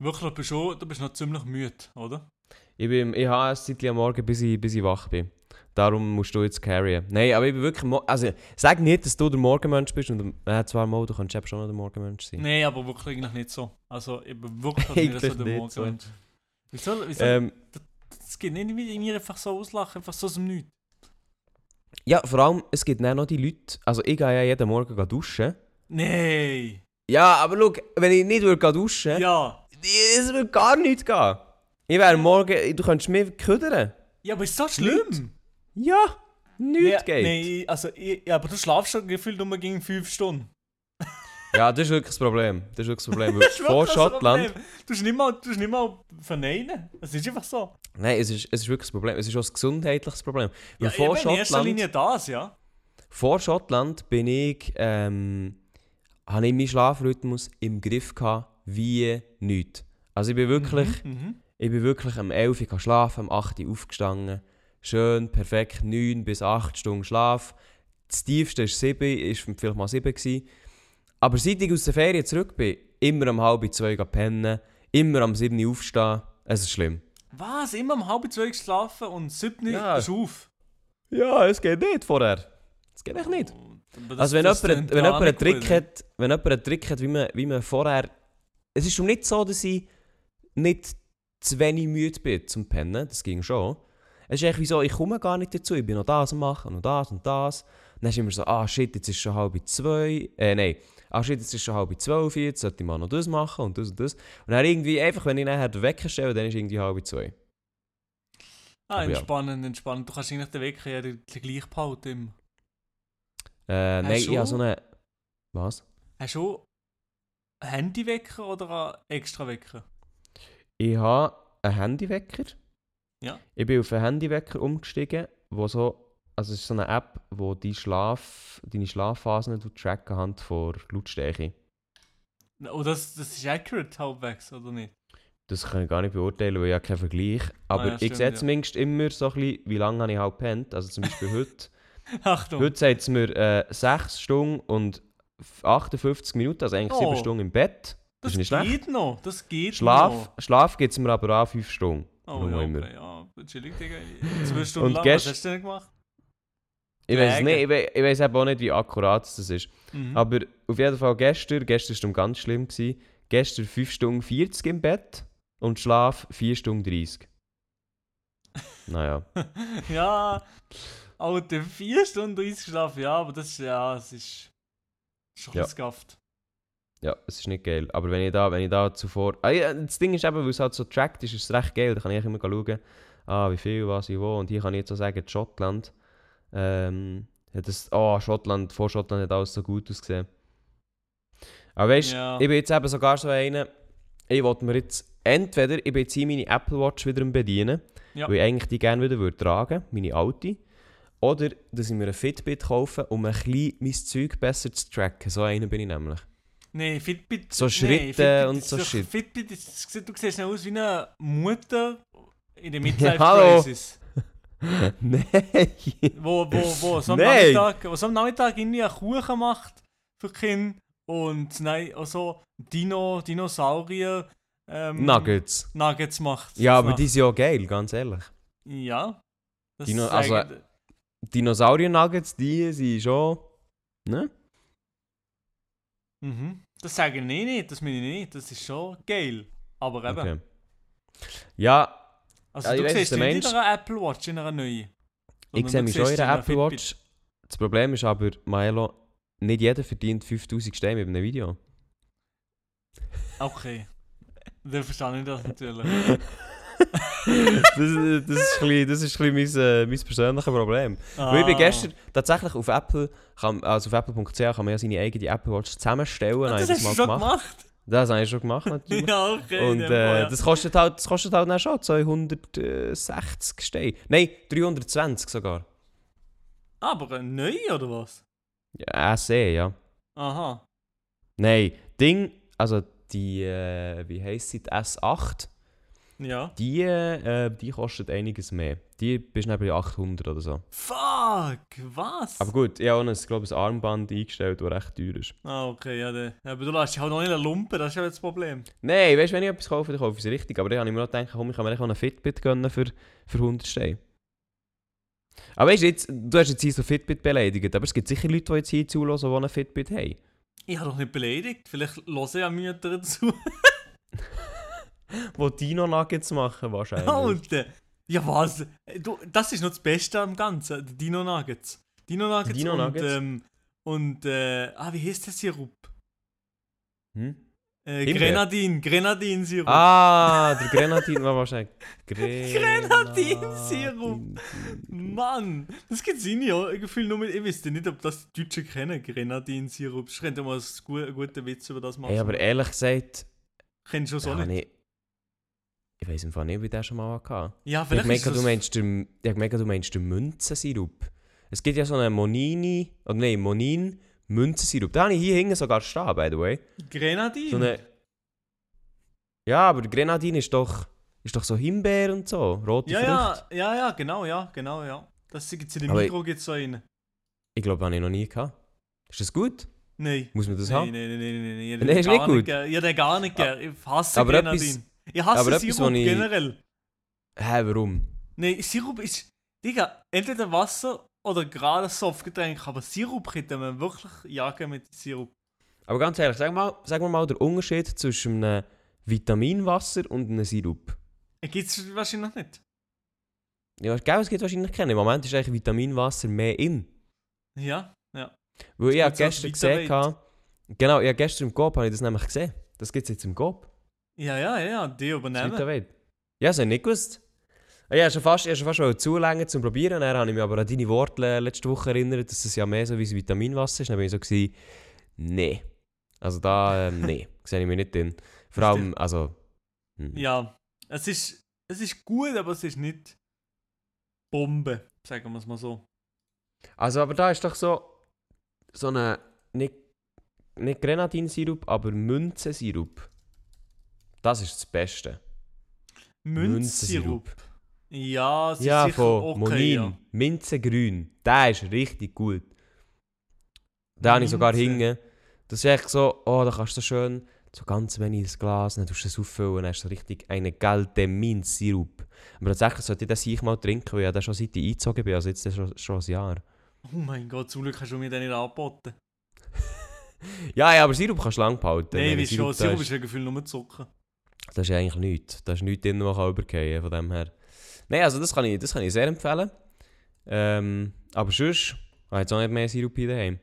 G: Wirklich, du bist, schon, du bist noch ziemlich müde, oder?
C: Ich, bin, ich habe es seit am Morgen, bis ich, bis ich wach bin. Darum musst du jetzt carryen. Nein, aber ich bin wirklich... mo- Also, sag nicht, dass du der Morgenmensch bist. Und, äh, zwar mal, du kannst eben schon noch der Morgenmensch sein.
G: Nee, aber wirklich eigentlich nicht so. Also, ich bin wirklich nicht so
C: Eigentlich
G: der
C: nicht so.
G: Morgenmensch. Wieso, wieso,
C: Ähm,
G: das geht nicht wie mir einfach so auslachen, einfach so aus dem Nichts.
C: ja, vor allem, es gibt dann noch die Leute... Also, ich gehe ja jeden Morgen gehen duschen.
G: Nee!
C: Ja, aber schau, wenn ich nicht würde gehen duschen würde,
G: Ja!
C: es würde gar nichts gehen. Ich wäre morgen, du könntest mich ködern.
G: Ja, aber ist so schlimm!
C: Ja, nichts geht.
G: Nee, also, ich, ja, aber du schlafst schon gefühlt nur gegen 5 Stunden.
C: Ja, das ist wirklich das Problem. Das ist wirklich das Problem. weil
G: Das ist
C: vor
G: wirklich das
C: Schottland,
G: Problem. Du hast nicht mal, du hast nicht mal verneinen. Es ist einfach so.
C: nein, es ist, es ist wirklich das Problem. Es ist auch ein gesundheitliches Problem. Weil
G: Ja,
C: vor,
G: eben in erster
C: Schottland,
G: Linie das, ja.
C: vor Schottland bin ich, ähm, habe ich meinen Schlafrhythmus im Griff gehabt, wie nichts. Also ich bin wirklich...
G: Mhm.
C: Ich bin wirklich am 11 Uhr gegangen schlafen, am 8 Uhr aufgestanden. Schön, perfekt, 9 bis 8 Stunden Schlaf. Das tiefste war 7, ist vielleicht mal 7 gewesen. Aber seit ich aus der Ferien zurück bin, immer um halb 2 Uhr pennen, immer am 7 Uhr aufstehen. Es ist schlimm.
G: Was? Immer um halb zwei geschlafen und sieben
C: Ja.
G: ja. ist auf.
C: Ja, es geht nicht vorher. Es geht echt nicht.
G: Aber das-
C: Also wenn
G: das
C: jemand, wenn
G: tönt gar
C: jemand, einen,
G: nicht ne?
C: Trick
G: gut.
C: hat, wenn jemand einen Trick hat, wie man, wie man vorher... Es ist schon nicht so, dass ich nicht zu wenig müde bin zum Pennen, das ging schon. Es ist eigentlich wie so, ich komme gar nicht dazu, ich bin noch das am machen und das und das. Dann ist immer so, ah shit, jetzt ist schon halb zwei, äh nein, ah shit, jetzt ist schon halb zwölf, jetzt sollte ich mal noch das machen und das und das. Und dann irgendwie, einfach wenn ich nachher den Wecker stelle, dann ist irgendwie halb zwei.
G: Ah,
C: Aber ja.
G: entspannend, entspannend. Du kannst eigentlich den Wecker ja den den gleich behalten. immer.
C: Äh, nein, ich
G: schon?
C: habe so eine... Was?
G: Hast du auch einen Handywecker oder einen Extrawecker?
C: Ich habe einen Handywecker.
G: Ja.
C: Ich bin auf einen Handywecker umgestiegen, wo so, also es ist so eine App, wo die Schlaf, deine Schlafphasen du tracken anhand von Lautstärke.
G: Oh, das, das ist accurate halbwegs, oder nicht?
C: Das kann ich gar nicht beurteilen, weil ich ja keinen Vergleich Aber
G: Ah ja,
C: ich
G: stimmt,
C: sehe
G: ja.
C: zumindest immer so ein bisschen, wie lange habe ich halt gepennt. Also zum Beispiel heute.
G: Achtung.
C: heute sagt es mir äh, 6 Stunden und 58 Minuten, also eigentlich
G: Oh.
C: 7 Stunden im Bett.
G: das
C: ist nicht
G: geht
C: schlecht.
G: noch. Das geht
C: Schlaf,
G: noch.
C: Schlaf gibt es mir aber auch 5 Stunden.
G: Oh,
C: Nur
G: ja,
C: immer.
G: okay, ja. Chillig, Digga. Zwei Stunden
C: Und
G: lang.
C: gest-
G: Was hast du denn gemacht?
C: Ich weiß
G: Wegen.
C: nicht, ich, we ich weiß eben auch nicht, wie akkurat das ist. Aber auf jeden Fall gestern, gestern war es ganz schlimm, gewesen, gestern 5 Stunden 40 im Bett und Schlaf 4 Stunden 30. Naja.
G: ja. Alter, vier Stunden 30 schlafen, ja, aber das ist, ja, es ist schon
C: Ja.
G: ja. geskafft.
C: Ja, es ist nicht geil. Aber wenn ich da, wenn ich da zuvor. Ah, ja, das Ding ist eben, weil es halt so trackt ist, ist es recht geil. Da kann ich immer schauen, ah, wie viel, was ich wo. Und hier kann ich jetzt auch sagen, Schottland. Ähm, hat das, oh, Schottland, vor Schottland hat alles so gut ausgesehen. Aber weißt du,
G: Ja.
C: ich bin jetzt eben sogar so einer, ich wollte mir jetzt entweder, ich bin jetzt hier meine Apple Watch wieder am bedienen,
G: Ja.
C: weil ich eigentlich die gerne wieder würde tragen, meine alte. Oder, dass ich mir eine Fitbit kaufe, um ein bisschen mein Zeug besser zu tracken. So einer bin ich nämlich.
G: Nee, Fitbit.
C: So
G: nee,
C: Schritte
G: Fitbit
C: und
G: ist
C: so
G: doch-
C: Shit.
G: Fitbit, ist, du siehst aus wie eine Mutter in der
C: hallo.
G: Midlife-Crisis.
C: Nein!
G: wo, wo, wo, so am
C: Nein.
G: Nachmittag, wo so am Nachmittag irgendwie einen Kuchen macht für Kinder und nein, also Dino, Dinosaurier ähm,
C: Nuggets.
G: Nuggets macht.
C: Ja, aber
G: Nacht.
C: die sind ja geil, ganz ehrlich.
G: Ja. Das
C: Dino-
G: ist
C: also-
G: eigentlich-
C: Dinosaurier-Nuggets, die sind schon. Ne?
G: Mhm. Das sage ich nicht, das meine ich nicht. Das ist schon geil. Aber eben.
C: Okay. Ja,
G: Also
C: Ja, ich
G: du
C: weiss,
G: siehst
C: der
G: nicht in
C: Mensch-
G: einer Apple Watch, in einer neuen.
C: ich
G: Sondern
C: sehe
G: du
C: mich schon in
G: siehst
C: der
G: einer
C: Apple
G: Fitbit.
C: Watch. Das Problem ist aber, Milo, nicht jeder verdient 5000 Steine mit einem Video.
G: Okay. Dann verstehe ich das natürlich.
C: das, das ist ein bisschen, das ist ein bisschen mein, äh, mein persönliches Problem. Weil ich bin
G: Ah.
C: gestern tatsächlich auf Apple, kann, also auf apple.ch kann man ja seine eigene Apple Watch zusammenstellen.
G: Ah,
C: Habe ich
G: das hast du
C: mal
G: schon gemacht?
C: Das habe ich schon gemacht, natürlich.
G: Ja, okay.
C: Und
G: in dem Fall,
C: äh,
G: ja.
C: das kostet halt, das kostet halt dann schon 260 Steine. Nein, 320 sogar.
G: Aber äh, neu oder was?
C: Ja, SE, ja.
G: Aha.
C: Nein, Ding, also die, äh, wie heisst sie, die S8,
G: Ja.
C: die, äh, die kostet einiges mehr. Die bist dann bei 800 oder so.
G: Fuck, was?
C: Aber gut, ich habe auch ein, glaube ich, ein Armband eingestellt, das recht teuer ist.
G: ah, okay, ja, dann. Aber du lässt dich halt noch nicht eine Lumpe, das ist ja das Problem.
C: Nein, weißt du, wenn ich etwas kaufe, dann kaufe ich es richtig. Aber dann habe ich mir auch gedacht, komm, ich kann mir eigentlich auch eine Fitbit gönnen für, für 100 Steine. Aber weißt du, jetzt, du hast jetzt hier so Fitbit beleidigt, aber es gibt sicher Leute, die jetzt hier zuhören, die eine Fitbit haben.
G: Ich habe doch nicht beleidigt, vielleicht hören ja Mütter zu.
C: Die Dino-Nuggets machen wahrscheinlich.
G: Alter! äh, Ja, was? Äh, Du, das ist noch das Beste am Ganzen, die Dino Nuggets. Dino Nuggets,
C: Dino
G: und,
C: Nuggets?
G: ähm, und, äh, ah, wie heißt der Sirup?
C: Hm?
G: Äh,
C: Himbeer.
G: Grenadin, Grenadin-Sirup.
C: Ah, der Grenadin war wahrscheinlich.
G: Grenadinsirup. Mann, das gibt's nicht, ja. Ich Gefühl nur mit, ich wüsste nicht, ob das die Deutschen kennen, Grenadin-Sirup. Ich könnte mal einen gu- einen guten Witz über das machen.
C: Hey, aber ehrlich gesagt,
G: Kennst du schon so
C: habe
G: nicht?
C: ich. Ich weiß im Fall nicht, wie ich den schon mal hatte.
G: Ja,
C: Ich
G: vielleicht ist
C: merke,
G: das...
C: du meinst den, ich merke, du meinst den Münzensirup. Es gibt ja so einen Monini, oder nein, Monin Münzensirup. Da habe ich hier hinten sogar stehen, by the way.
G: Grenadin?
C: So eine, ja, aber Grenadin ist doch, ist doch so Himbeer und so, rote
G: ja,
C: Frucht.
G: ja, ja, ja, genau, ja, genau, ja. Das gibt's in dem
C: Aber-
G: Mikro, gibt's so einen.
C: Ich glaube, habe ich noch nie gehabt. Ist das gut?
G: Nein.
C: Muss man das
G: Nein,
C: haben?
G: nein, nein, nein, nein, nein.
C: Nein, ist nicht gut. Ah.
G: Ja, der gar nicht gern. Ich hasse
C: aber
G: Grenadin.
C: etwas-
G: ich hasse
C: aber etwas,
G: Sirup
C: wo ich-
G: generell.
C: Hä, warum?
G: Nein, Sirup ist. Digga, entweder Wasser oder gerade ein Softgetränk, aber Sirup könnte man wirklich jagen mit Sirup.
C: Aber ganz ehrlich, sag mal, sag mir mal den Unterschied zwischen einem Vitaminwasser und einem Sirup.
G: Gibt es Äh, wahrscheinlich nicht.
C: Ja, gell, es gibt wahrscheinlich keinen. Im Moment ist eigentlich Vitaminwasser mehr in.
G: Ja, ja.
C: Weil ich habe
G: gibt's als
C: gestern gesehen,
G: Vita-Weight.
C: hatte- genau, ich habe gestern im Coop habe ich das nämlich gesehen. Das gibt es jetzt im Coop.
G: Ja, ja, ja, die
C: Das
G: übernehmen.
C: Vita-Weight. Ja, das habe ich nicht gewusst. Ah, Ich habe schon fast, ich habe schon fast wollte zulängen zum Probieren. Dann habe ich mich aber an deine Worte le- letzte Woche erinnert, dass es ja mehr so wie ein Vitaminwasser ist. Dann bin ich so, gewesen, nee. Also da, ähm, nee, sehe ich mich nicht drin. Vor allem, also... hm.
G: Ja, es ist, es ist gut, aber es ist nicht Bombe, sagen wir es mal so.
C: Also, aber da ist doch so, so eine nicht nicht Grenadinsirup, aber Münzensirup. Das ist das Beste.
G: Münzsirup. Ja, es ist
C: Ja,
G: sicher
C: von
G: okay.
C: Monin.
G: Ja.
C: Minzengrün. Der ist richtig gut. Den habe ich sogar
G: Minze.
C: hinge. Das ist echt so, oh, da kannst du schön so ganz wenig ins Glas, dann tust du es auffüllen, dann hast du so richtig einen gelben Minzsirup. Aber tatsächlich sollte ich das ich mal trinken, weil ich das schon seit ich eingezogen bin, also jetzt schon, schon ein Jahr.
G: Oh mein Gott, zum Glück hast du mir den nicht angeboten.
C: Ja, ja, aber Sirup kannst du lang behalten.
G: Nein,
C: Wenn
G: wie schon,
C: da
G: Sirup
C: ist,
G: ist ja gefühlt nur Zucker.
C: Das ist ja eigentlich nichts. Da ist nichts drin, was kann übergehen von dem her. Nein, also das kann ich, das kann ich sehr empfehlen. Ähm, aber sonst habe ich jetzt auch nicht mehr Sirup hier daheim.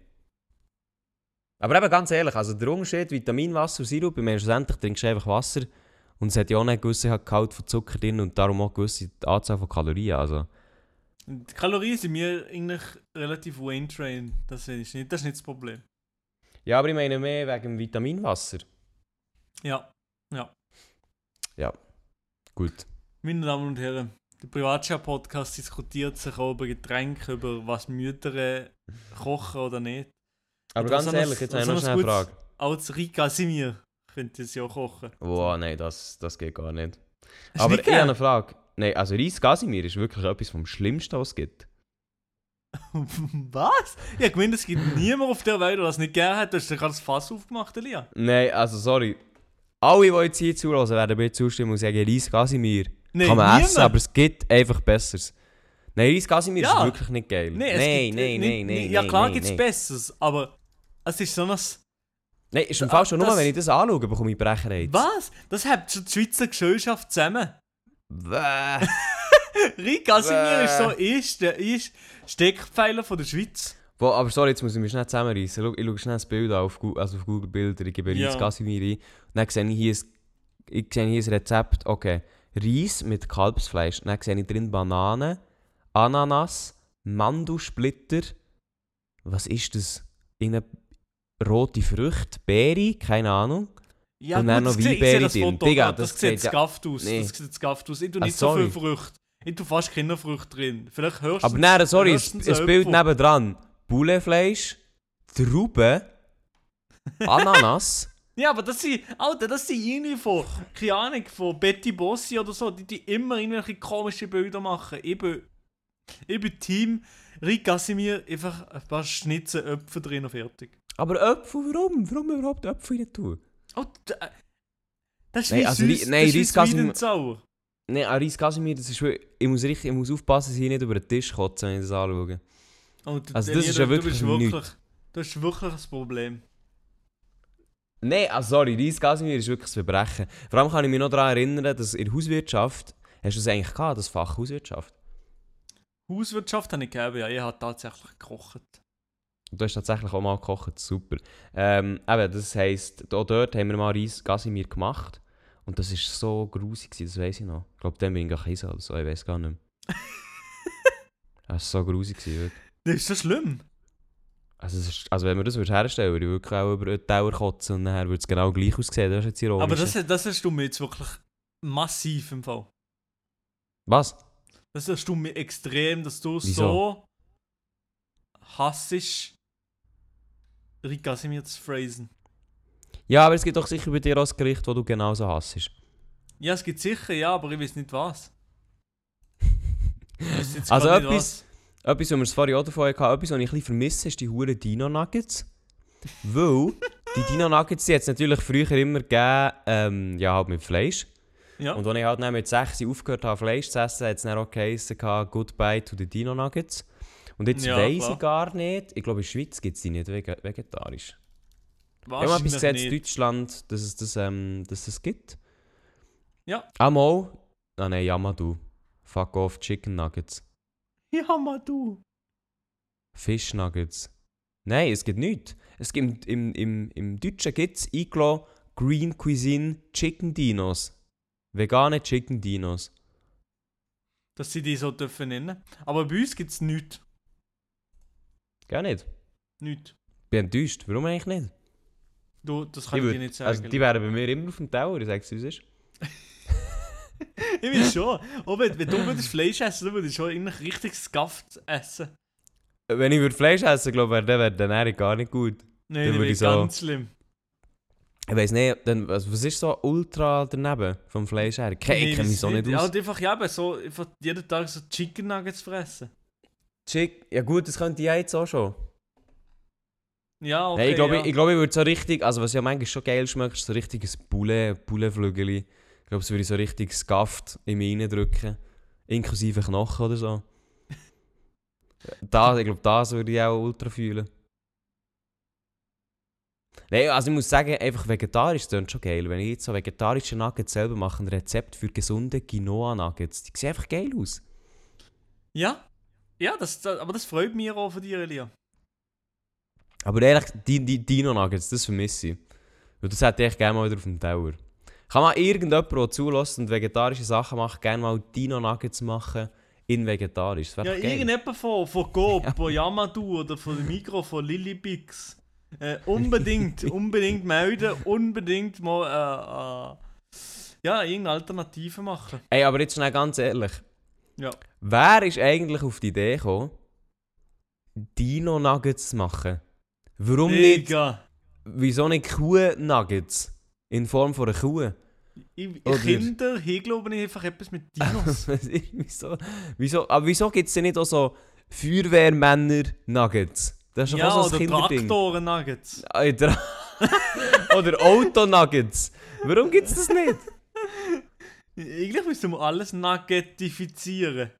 C: Aber eben ganz ehrlich, also der Unterschied Vitaminwasser und Sirup, ich meine, schlussendlich trinkst du einfach Wasser und es hat ja auch einen gewissen Gehalt von Zucker drin und darum auch eine gewisse Anzahl von Kalorien. Also,
G: Die Kalorien sind mir eigentlich relativ Wayne Train. Das ist nicht, das ist nicht das Problem.
C: ja, aber ich meine mehr wegen dem Vitaminwasser.
G: Ja,
C: Gut.
G: meine Damen und Herren, der Privatschau-Podcast diskutiert sich auch über Getränke, über was Mütter äh, kochen oder nicht.
C: Aber
G: Und
C: ganz
G: was haben wir-
C: ehrlich, jetzt
G: was
C: habe ich noch
G: haben wir
C: schnell eine
G: gutes-
C: Frage.
G: Auch das Rika Simir könnte es ja kochen.
C: Wow, nein, das, das geht gar nicht.
G: Hast du nicht
C: Aber ich habe
G: gegeben?
C: eine Frage. Nein, also Reis Gasimir ist wirklich etwas vom Schlimmsten, was es gibt.
G: was? Ja, gemeint, es gibt niemanden auf der Welt, der das nicht gern hat. Du hast gerade das Fass aufgemacht, Elia.
C: Nein, also sorry. Alle, die jetzt hier zuhören, werden mir zustimmen und sagen, Reis Gasimir
G: Nein,
C: kann man
G: niemand.
C: essen, aber es gibt einfach Besseres. Nein, Reis Gasimir
G: Ja.
C: ist wirklich nicht geil.
G: Nein,
C: Nein,
G: es
C: nein,
G: gibt,
C: nein,
G: nicht-
C: nein,
G: nicht-
C: nein.
G: Ja, klar
C: nein,
G: gibt es
C: nein.
G: Besseres, aber es ist so ein...
C: Nein, ist im Fall schon nur,
G: Ah, Das-
C: wenn ich das anschaue, bekomme ich Brecherei.
G: Was? Das hat schon die Schweizer Gesellschaft zusammen.
C: Bäh.
G: Rika Simir
C: Bäh.
G: ist so ist, der ist Steckpfeiler von der Schweiz.
C: Wo, aber sorry, jetzt muss ich mich schnell zusammenreißen. Schau- Ich schaue schnell das Bild an auf, Gu- also auf Google Bilder, ich gebe
G: Ja.
C: Reis Casimir ein. Und dann sehe ich hier, ein, ich sehe hier ein Rezept. Okay, Reis mit Kalbsfleisch. Dann sehe ich drin Bananen, Ananas, Mandelsplitter. Was ist das? Eine rote Frucht, Beere, keine Ahnung.
G: Ja,
C: Und dann noch
G: das sehe- ich
C: Weinbeere
G: sehe das
C: drin.
G: Foto,
C: Digga,
G: ja, das,
C: das
G: sieht
C: sieht ja-
G: skafft aus.
C: Nee.
G: Das sieht skafft aus. Ich tue
C: Ah,
G: nicht
C: sorry.
G: so viel Früchte. Ich tue fast keine Früchte drin. Vielleicht hörst
C: Aber
G: du
C: nein, sorry, es
G: höchstens
C: es
G: ein
C: Bild
G: Apfel.
C: nebendran. Boulefleisch, Trauben, Ananas.
G: Ja, aber das sind, Alter, das sind irgendwie von, keine Ahnung, von Betty Bossi oder so, die, die immer irgendwelche komischen Bilder machen. Ich bin, ich bin Team Rika Simir, einfach ein paar Schnitzen Äpfel drin und fertig.
C: aber Äpfel, warum? Warum überhaupt Äpfel rein tun?
G: Oh, da- das ist
C: Nein,
G: wie
C: also
G: süß,
C: Ri- nein,
G: das
C: Reis
G: ist wie
C: Casimir-
G: Weidenzauer.
C: Nein, an Reis Casimir, das ist wirklich, ich muss richtig, ich muss aufpassen, dass ich nicht über den Tisch kotze, wenn ich das anschaue.
G: Oh, d-
C: Also
G: Daniel,
C: das ist ja
G: du-
C: wirklich
G: du bist wirklich,
C: nichts.
G: du hast wirklich ein Problem.
C: Nein, ah, sorry, Reis Casimir ist wirklich ein Verbrechen. Vor allem kann ich mich noch daran erinnern, dass in der Hauswirtschaft, hast du das eigentlich gehabt, das Fach Hauswirtschaft?
G: Hauswirtschaft habe ich gegeben, ja, ich habe tatsächlich gekocht.
C: Und du hast tatsächlich auch mal gekocht, super. Ähm, eben, das heisst, auch dort haben wir mal Reis Casimir gemacht. Und das war so grusig, gewesen, das weiss ich noch. Ich glaube, dann bin ich gar Käse oder so, ich weiss gar nicht mehr. Das war so grusig, gewesen, wirklich.
G: Das ist so schlimm.
C: Also, es ist, also wenn man das würdest herstellen würde, würde ich wirklich auch über den Tower kotzen und dann würde es genau gleich aussehen. Das ist jetzt ironisch.
G: Aber das, das hast du mir jetzt wirklich massiv im Fall.
C: Was?
G: Das hast du mir extrem, dass du
C: Wieso?
G: so hassisch Rika sind mir zu phrasen.
C: Ja, aber es gibt doch sicher bei dir auch ein Gericht, das du genauso hasst.
G: Ja, es gibt sicher, ja, aber ich weiß nicht was. Ich weiß jetzt
C: Also
G: gar nicht
C: etwas-
G: was.
C: Etwas, was wir vorhin auch davon hatten, etwas, was ich ein bisschen vermisse, ist die huren Dino-Nuggets. Weil die Dino-Nuggets, die hat es natürlich früher immer gegeben, ähm, ja, halt mit Fleisch.
G: Ja.
C: Und als ich halt dann mit 6 Uhr aufgehört habe, Fleisch zu essen, hat es dann auch geheissen, gehabt, «Goodbye to the Dino-Nuggets». Und jetzt
G: Ja,
C: weiss
G: klar.
C: ich gar nicht, ich glaube, in der Schweiz gibt es die nicht vege- vegetarisch. Ich habe
G: Wahrscheinlich
C: etwas gesehen in
G: nicht.
C: Deutschland, dass es das, ähm, dass es gibt.
G: Ja.
C: Amol. Ah nein, Yamadu. Fuck off, Chicken Nuggets.
G: Ja, mal du.
C: Fish Nuggets. Nein, es gibt nichts. Es gibt im, im, im Deutschen gibt es Iglo Green Cuisine Chicken Dinos. Vegane Chicken Dinos.
G: dass sie die so dürfen nennen. Aber bei uns gibt es nichts.
C: Gar nicht.
G: Nicht.
C: Bin enttäuscht. Warum eigentlich nicht?
G: Du, das kann ich,
C: Ich
G: dir
C: würd-
G: nicht sagen.
C: Also, die wären bei mir immer auf dem Tower, ich sag's dir, wie es ist.
G: ich will schon. Aber wenn, wenn du würdest Fleisch essen, dann würdest du schon eigentlich richtig Skaft essen.
C: Äh, Wenn ich würd Fleisch essen glaube ich, dann wäre der Ernährung gar nicht gut.
A: Nein,
C: Dann
A: das
C: würde
A: wird
C: ich so-
A: ganz schlimm.
C: Ich weiss nicht, dann, also, was ist so ultra daneben vom Fleisch her? Keine- Ich
A: dus
C: kenne mich so nicht
A: Ja,
C: aus.
A: halt einfach, ja, eben so, einfach jeden Tag so Chicken Nuggets fressen.
C: Chick, ja gut, das könnte ich ja jetzt auch schon.
A: Ja, okay.
C: Nein, ich glaube,
A: ja.
C: ich, glaube, ich würde so richtig, also was ja manchmal schon geil schmeckt, ist so richtiges Bulle, Bulleflügeli. Ich glaube, das würde ich so richtig Skaft in mich reindrücken. Inklusive Knochen oder so. Das, ich glaube, das würde ich auch ultra fühlen. Nein, also ich muss sagen, einfach vegetarisch klingt schon geil. Wenn ich jetzt so vegetarische Nuggets selber mache, ein Rezept für gesunde Quinoa-Nuggets, die sehen einfach geil aus.
A: ja. Ja, das, das, aber das freut mich auch von dir, Elia.
C: Aber ehrlich, die, die Dino-Nuggets, das vermisse ich. Weil das hätte ich gerne mal wieder auf dem Teller. Kann mal irgendjemand, der zulässt und vegetarische Sachen macht, gerne mal Dino-Nuggets machen in vegetarisch. Das
A: Ja,
C: wäre ja, geil.
A: irgendjemand von, von Gob, von Yamadu oder von Mikro, von Lilibix. Äh, unbedingt, unbedingt melden, unbedingt mal äh, äh, ja, irgendeine Alternative machen.
C: Ey, aber jetzt schnell nou ganz ehrlich.
A: Ja.
C: Wer ist eigentlich auf die Idee gekommen, Dino-Nuggets zu machen? Warum nicht,
A: Mega.
C: wieso nicht Kuh-Nuggets? In Form von einer Kuh.
A: Ich,
C: Oder-
A: Kinder haben, glaube ich, einfach etwas mit Dinos.
C: wieso, wieso, aber wieso gibt es denn nicht auch so Feuerwehrmänner-Nuggets? Das ist doch
A: ja,
C: auch
A: oder
C: so ein Kinderding.
A: Traktoren-Nuggets.
C: Alter. Oder Autonuggets. Warum gibt es das nicht?
A: Eigentlich müssen wir alles nuggetifizieren.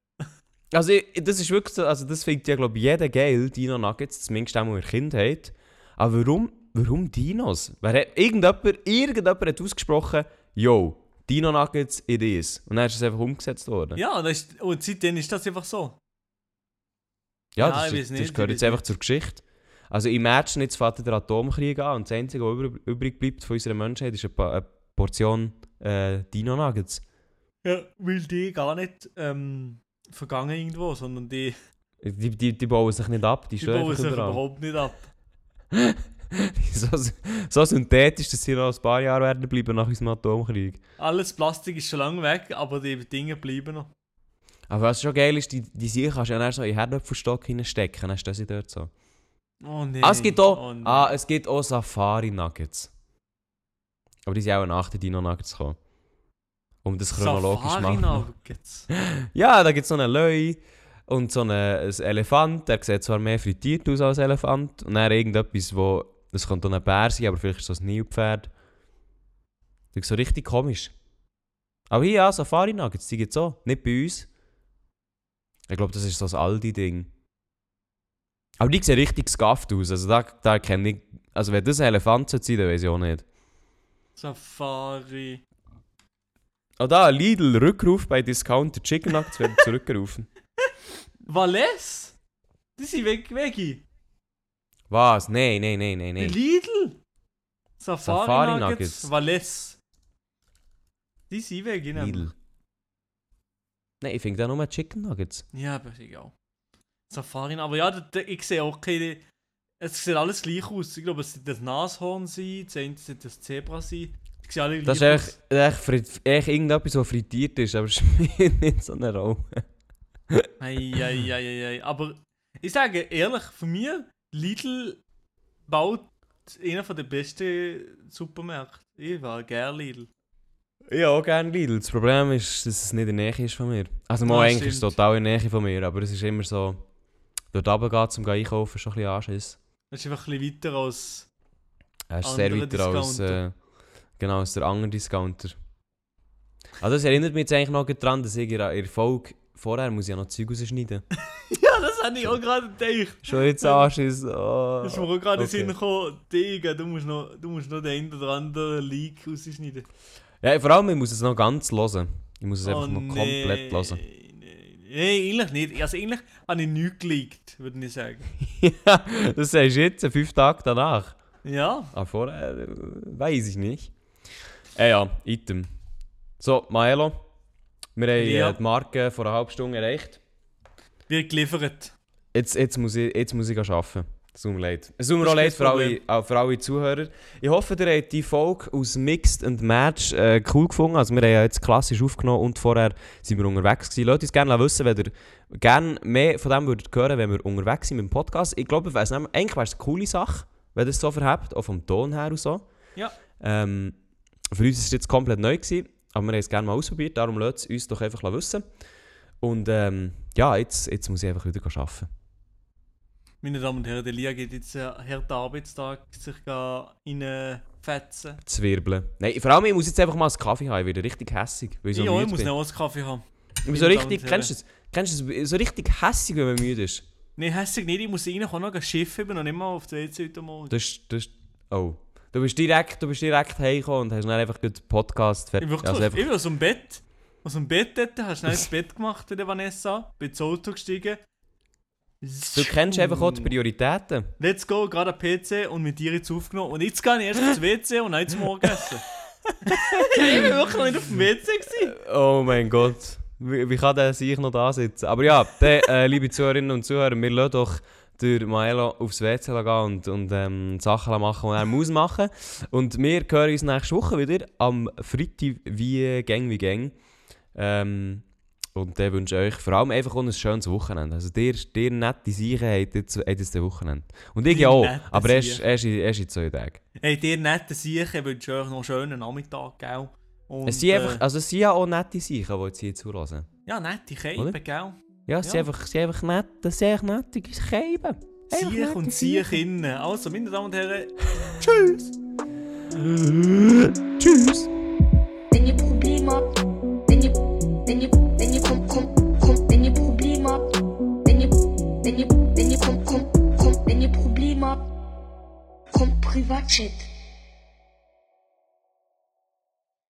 C: Also, ich- das ist wirklich so, also das findet ja, glaube ich, jeder geil, Dino-Nuggets, zumindest auch in der Kindheit. Aber warum, warum Dinos? Wer hat, irgendjemand, irgendjemand hat ausgesprochen, yo, Dino-Nuggets, it is. Und dann ist es einfach umgesetzt worden.
A: Ja, das ist, und seitdem ist das einfach so. Ja,
C: Ja,
A: ich
C: das, ist-
A: weiß
C: das
A: nicht,
C: gehört
A: ich
C: jetzt
A: weiß
C: einfach zur Geschichte. Also im März jetzt fährt der Atomkrieg an und das Einzige, was über- übrig bleibt von unserer Menschheit, ist eine, pa eine Portion äh, Dino-Nuggets.
A: Ja, weil die gar nicht ähm, vergangen irgendwo, sondern die,
C: Die, die, die bauen sich nicht ab, die
A: die
C: stehen
A: bauen
C: einfach
A: sich
C: überall.
A: überhaupt nicht ab.
C: so, so synthetisch, dass sie noch ein paar Jahre werden bleiben nach unserem Atomkrieg.
A: Alles Plastik ist schon lange weg, aber die Dinge bleiben noch.
C: Aber was schon geil ist, die, die Sicher kannst du ja dann so in den Herdöpfelstock hineinstecken, dann stehen sie dort so.
A: Oh nein.
C: Ah, es gibt auch,
A: oh nein.
C: ah, es gibt auch Safari-Nuggets. Aber die sind auch nach den Dino-Nuggets gekommen. Um das chronologisch zu machen.
A: Oh, Safari-Nuggets.
C: Ja, da gibt es so einen Löwe und so einen, einen Elefant. Der sieht zwar mehr frittiert aus als Elefant. Und dann irgendetwas, wo... Das könnte auch ein Bär sein, aber vielleicht ist das ein Nilpferd. Das ist so richtig komisch. Aber hier, ja, Safari-Nuggets, die gibt es auch. Nicht bei uns. Ich glaube, das ist so ein Aldi-Ding. Aber die sehen richtig skafft aus. Also da, da kenne ich... Also wenn das ein Elefant sein sollte, dann weiß ich auch nicht.
A: Safari.
C: Oh da, Lidl, Rückruf bei Discounter Chicken Nuggets werden zurückgerufen.
A: Valais? Die sind weg, weg.
C: Was? Nein, nein, nein, nein, nein.
A: Lidl? Safari Nuggets.
C: Safari-Nuggets.
A: Valais. Die sind weg, genau.
C: Lidl. Nein, ich finde da nur Chicken Nuggets.
A: Ja, aber ist egal. Safari, aber ja, da- da- ich sehe auch keine. Es sieht alles gleich aus. Ich glaube, es sollte das Nashorn sein, das eine sollte das Zebra sein. Die sehen alle
C: Das ist
A: gleich
C: echt, echt, frit- echt irgendetwas, was frittiert ist, aber es spielt nicht so eine Rolle.
A: Eieieiei. Aber ich sage ehrlich, von mir, Lidl baut einer der besten Supermärkte. Ich war gerne Lidl.
C: Ja, auch gerne Lidl. Das Problem ist, dass es nicht in der Nähe ist von mir. Also mal
A: Ja,
C: eigentlich ist es
A: stimmt.
C: total in der Nähe von mir, aber es ist immer so... Dort runter geht, zum einkaufen, ist schon ein bisschen Anschiss.
A: Das ist einfach ein bisschen weiter als.
C: Er ist sehr
A: Anderer
C: weiter als,
A: Discounter.
C: äh, genau, als der andere Discounter. Also das erinnert mich jetzt eigentlich noch daran, dass ich in der in der Folge vorher muss ich ja noch Zeug rausschneiden.
A: Ja, das habe ich auch gerade gedacht.
C: Schon jetzt Anschiss. Oh.
A: Das ist mir auch gerade
C: okay.
A: in den Sinn gekommen. Digga, du musst noch, du musst noch den einen oder anderen Leak rausschneiden.
C: Ja, vor allem, ich muss es noch ganz hören. Ich muss es
A: Oh,
C: einfach noch
A: nee,
C: komplett hören.
A: nee, nee, eigentlich nicht. Also eigentlich habe ich nichts geleakt, würde ich sagen.
C: Ja, das sagst du jetzt, äh, fünf Tage danach.
A: Ja,
C: Aber vorher äh, weiß ich nicht. Äh, ja, Item. So, Maelo, wir haben
A: Ja.
C: äh, die Marke vor einer halben Stunde erreicht.
A: wird geliefert.
C: Jetzt, jetzt, muss, ich, jetzt muss ich gehen arbeiten. Es tut mir leid. Es tut mir
A: Das ist
C: auch leid
A: kein
C: für alle,
A: Problem.
C: auch für alle Zuhörer. Ich hoffe, ihr habt die Folge aus Mixed and Match äh, cool gefunden. Also wir haben ja jetzt klassisch aufgenommen und vorher sind wir unterwegs gewesen. Lasst uns gerne wissen, wenn ihr gerne mehr von dem würdet hören, wenn wir unterwegs sind mit dem Podcast. Ich glaube, ich weiss nicht, mehr, eigentlich wäre es eine coole Sache. wenn das so verhebt, auch vom Ton her und so.
G: Ja.
C: Ähm, für uns ist es jetzt komplett neu gewesen, aber wir haben es gerne mal ausprobiert, darum lasst es uns doch einfach wissen. Und ähm, ja, jetzt, jetzt muss ich einfach wieder arbeiten.
G: Meine Damen und Herren, der Lia geht jetzt
A: äh,
G: einen harten Arbeitstag sich reinfetzen.
C: Zwirbeln. Nein, vor allem, ich muss jetzt einfach mal einen Kaffee haben, ich werde richtig hässig, weil ich so
G: Ja,
C: müde
G: ich muss
C: bin.
G: noch einen Kaffee haben.
C: Ich bin so
G: Meine Damen
C: richtig,
G: und Herren.
C: kennst du das? Kennst du das? So richtig hässig, wenn man müde ist.
G: Nein, hässlich nicht, ich muss rein, ich kann noch ein Schiff, ich bin noch nicht mal auf der WC heute Morgen.
C: Das ist, das ist, oh. Du bist direkt, du bist direkt heimgekommen und hast dann einfach gut den Podcast fertig.
G: Ich wirklich,
C: also einfach,
G: ich bin aus dem Bett, aus dem Bett dort, hast schnell ins Bett gemacht, der Vanessa, bin ins Auto gestiegen.
C: du kennst einfach auch die Prioritäten.
G: Let's go, gerade am PC und mit dir jetzt aufgenommen. Und jetzt gehe ich erst aufs WC und dann jetzt morgen essen. ich bin wirklich noch nicht auf dem WC gewesen.
C: Oh mein Gott. Wie, wie kann der sich noch da sitzen? Aber ja, dann, äh, liebe Zuhörerinnen und Zuhörer, wir lassen doch der Maelo aufs WC gehen und, und ähm, Sachen machen, die er muss machen. Und wir hören uns nächste Woche wieder am Freitag wie Gang wie Gang. Ähm, und dann wünsche ich euch vor allem einfach auch ein schönes Wochenende. Also dir, dir nette Sachen habt jetzt, habt jetzt ein Wochenende. Und ich
G: Dir
C: ja auch,
G: nette
C: aber erst,
G: Seichen.
C: erst, in- erst in zwei Tagen.
G: Hey, dir netten Siechen, ich wünsche euch noch einen schönen Nachmittag, gell? Und,
C: es sind
G: äh,
C: einfach, also es sind ja auch nette Sachen, die jetzt hier zuhören.
G: Ja, nette
C: Oder?
G: Kämpfe, gell?
C: Ja, sie
G: Ja.
C: einfach, sie einfach nett, das sind einfach nette Scheiben.
G: Siech und Siech innen. Also, meine Damen und Herren,
B: Wenn ihr Probleme habt, wenn ihr, wenn ihr, wenn ihr kommt, kommt, kommt, wenn ihr Probleme habt, wenn ihr, wenn ihr, wenn ihr kommt, kommt, kommt, wenn ihr Probleme habt, kommt Privatchat.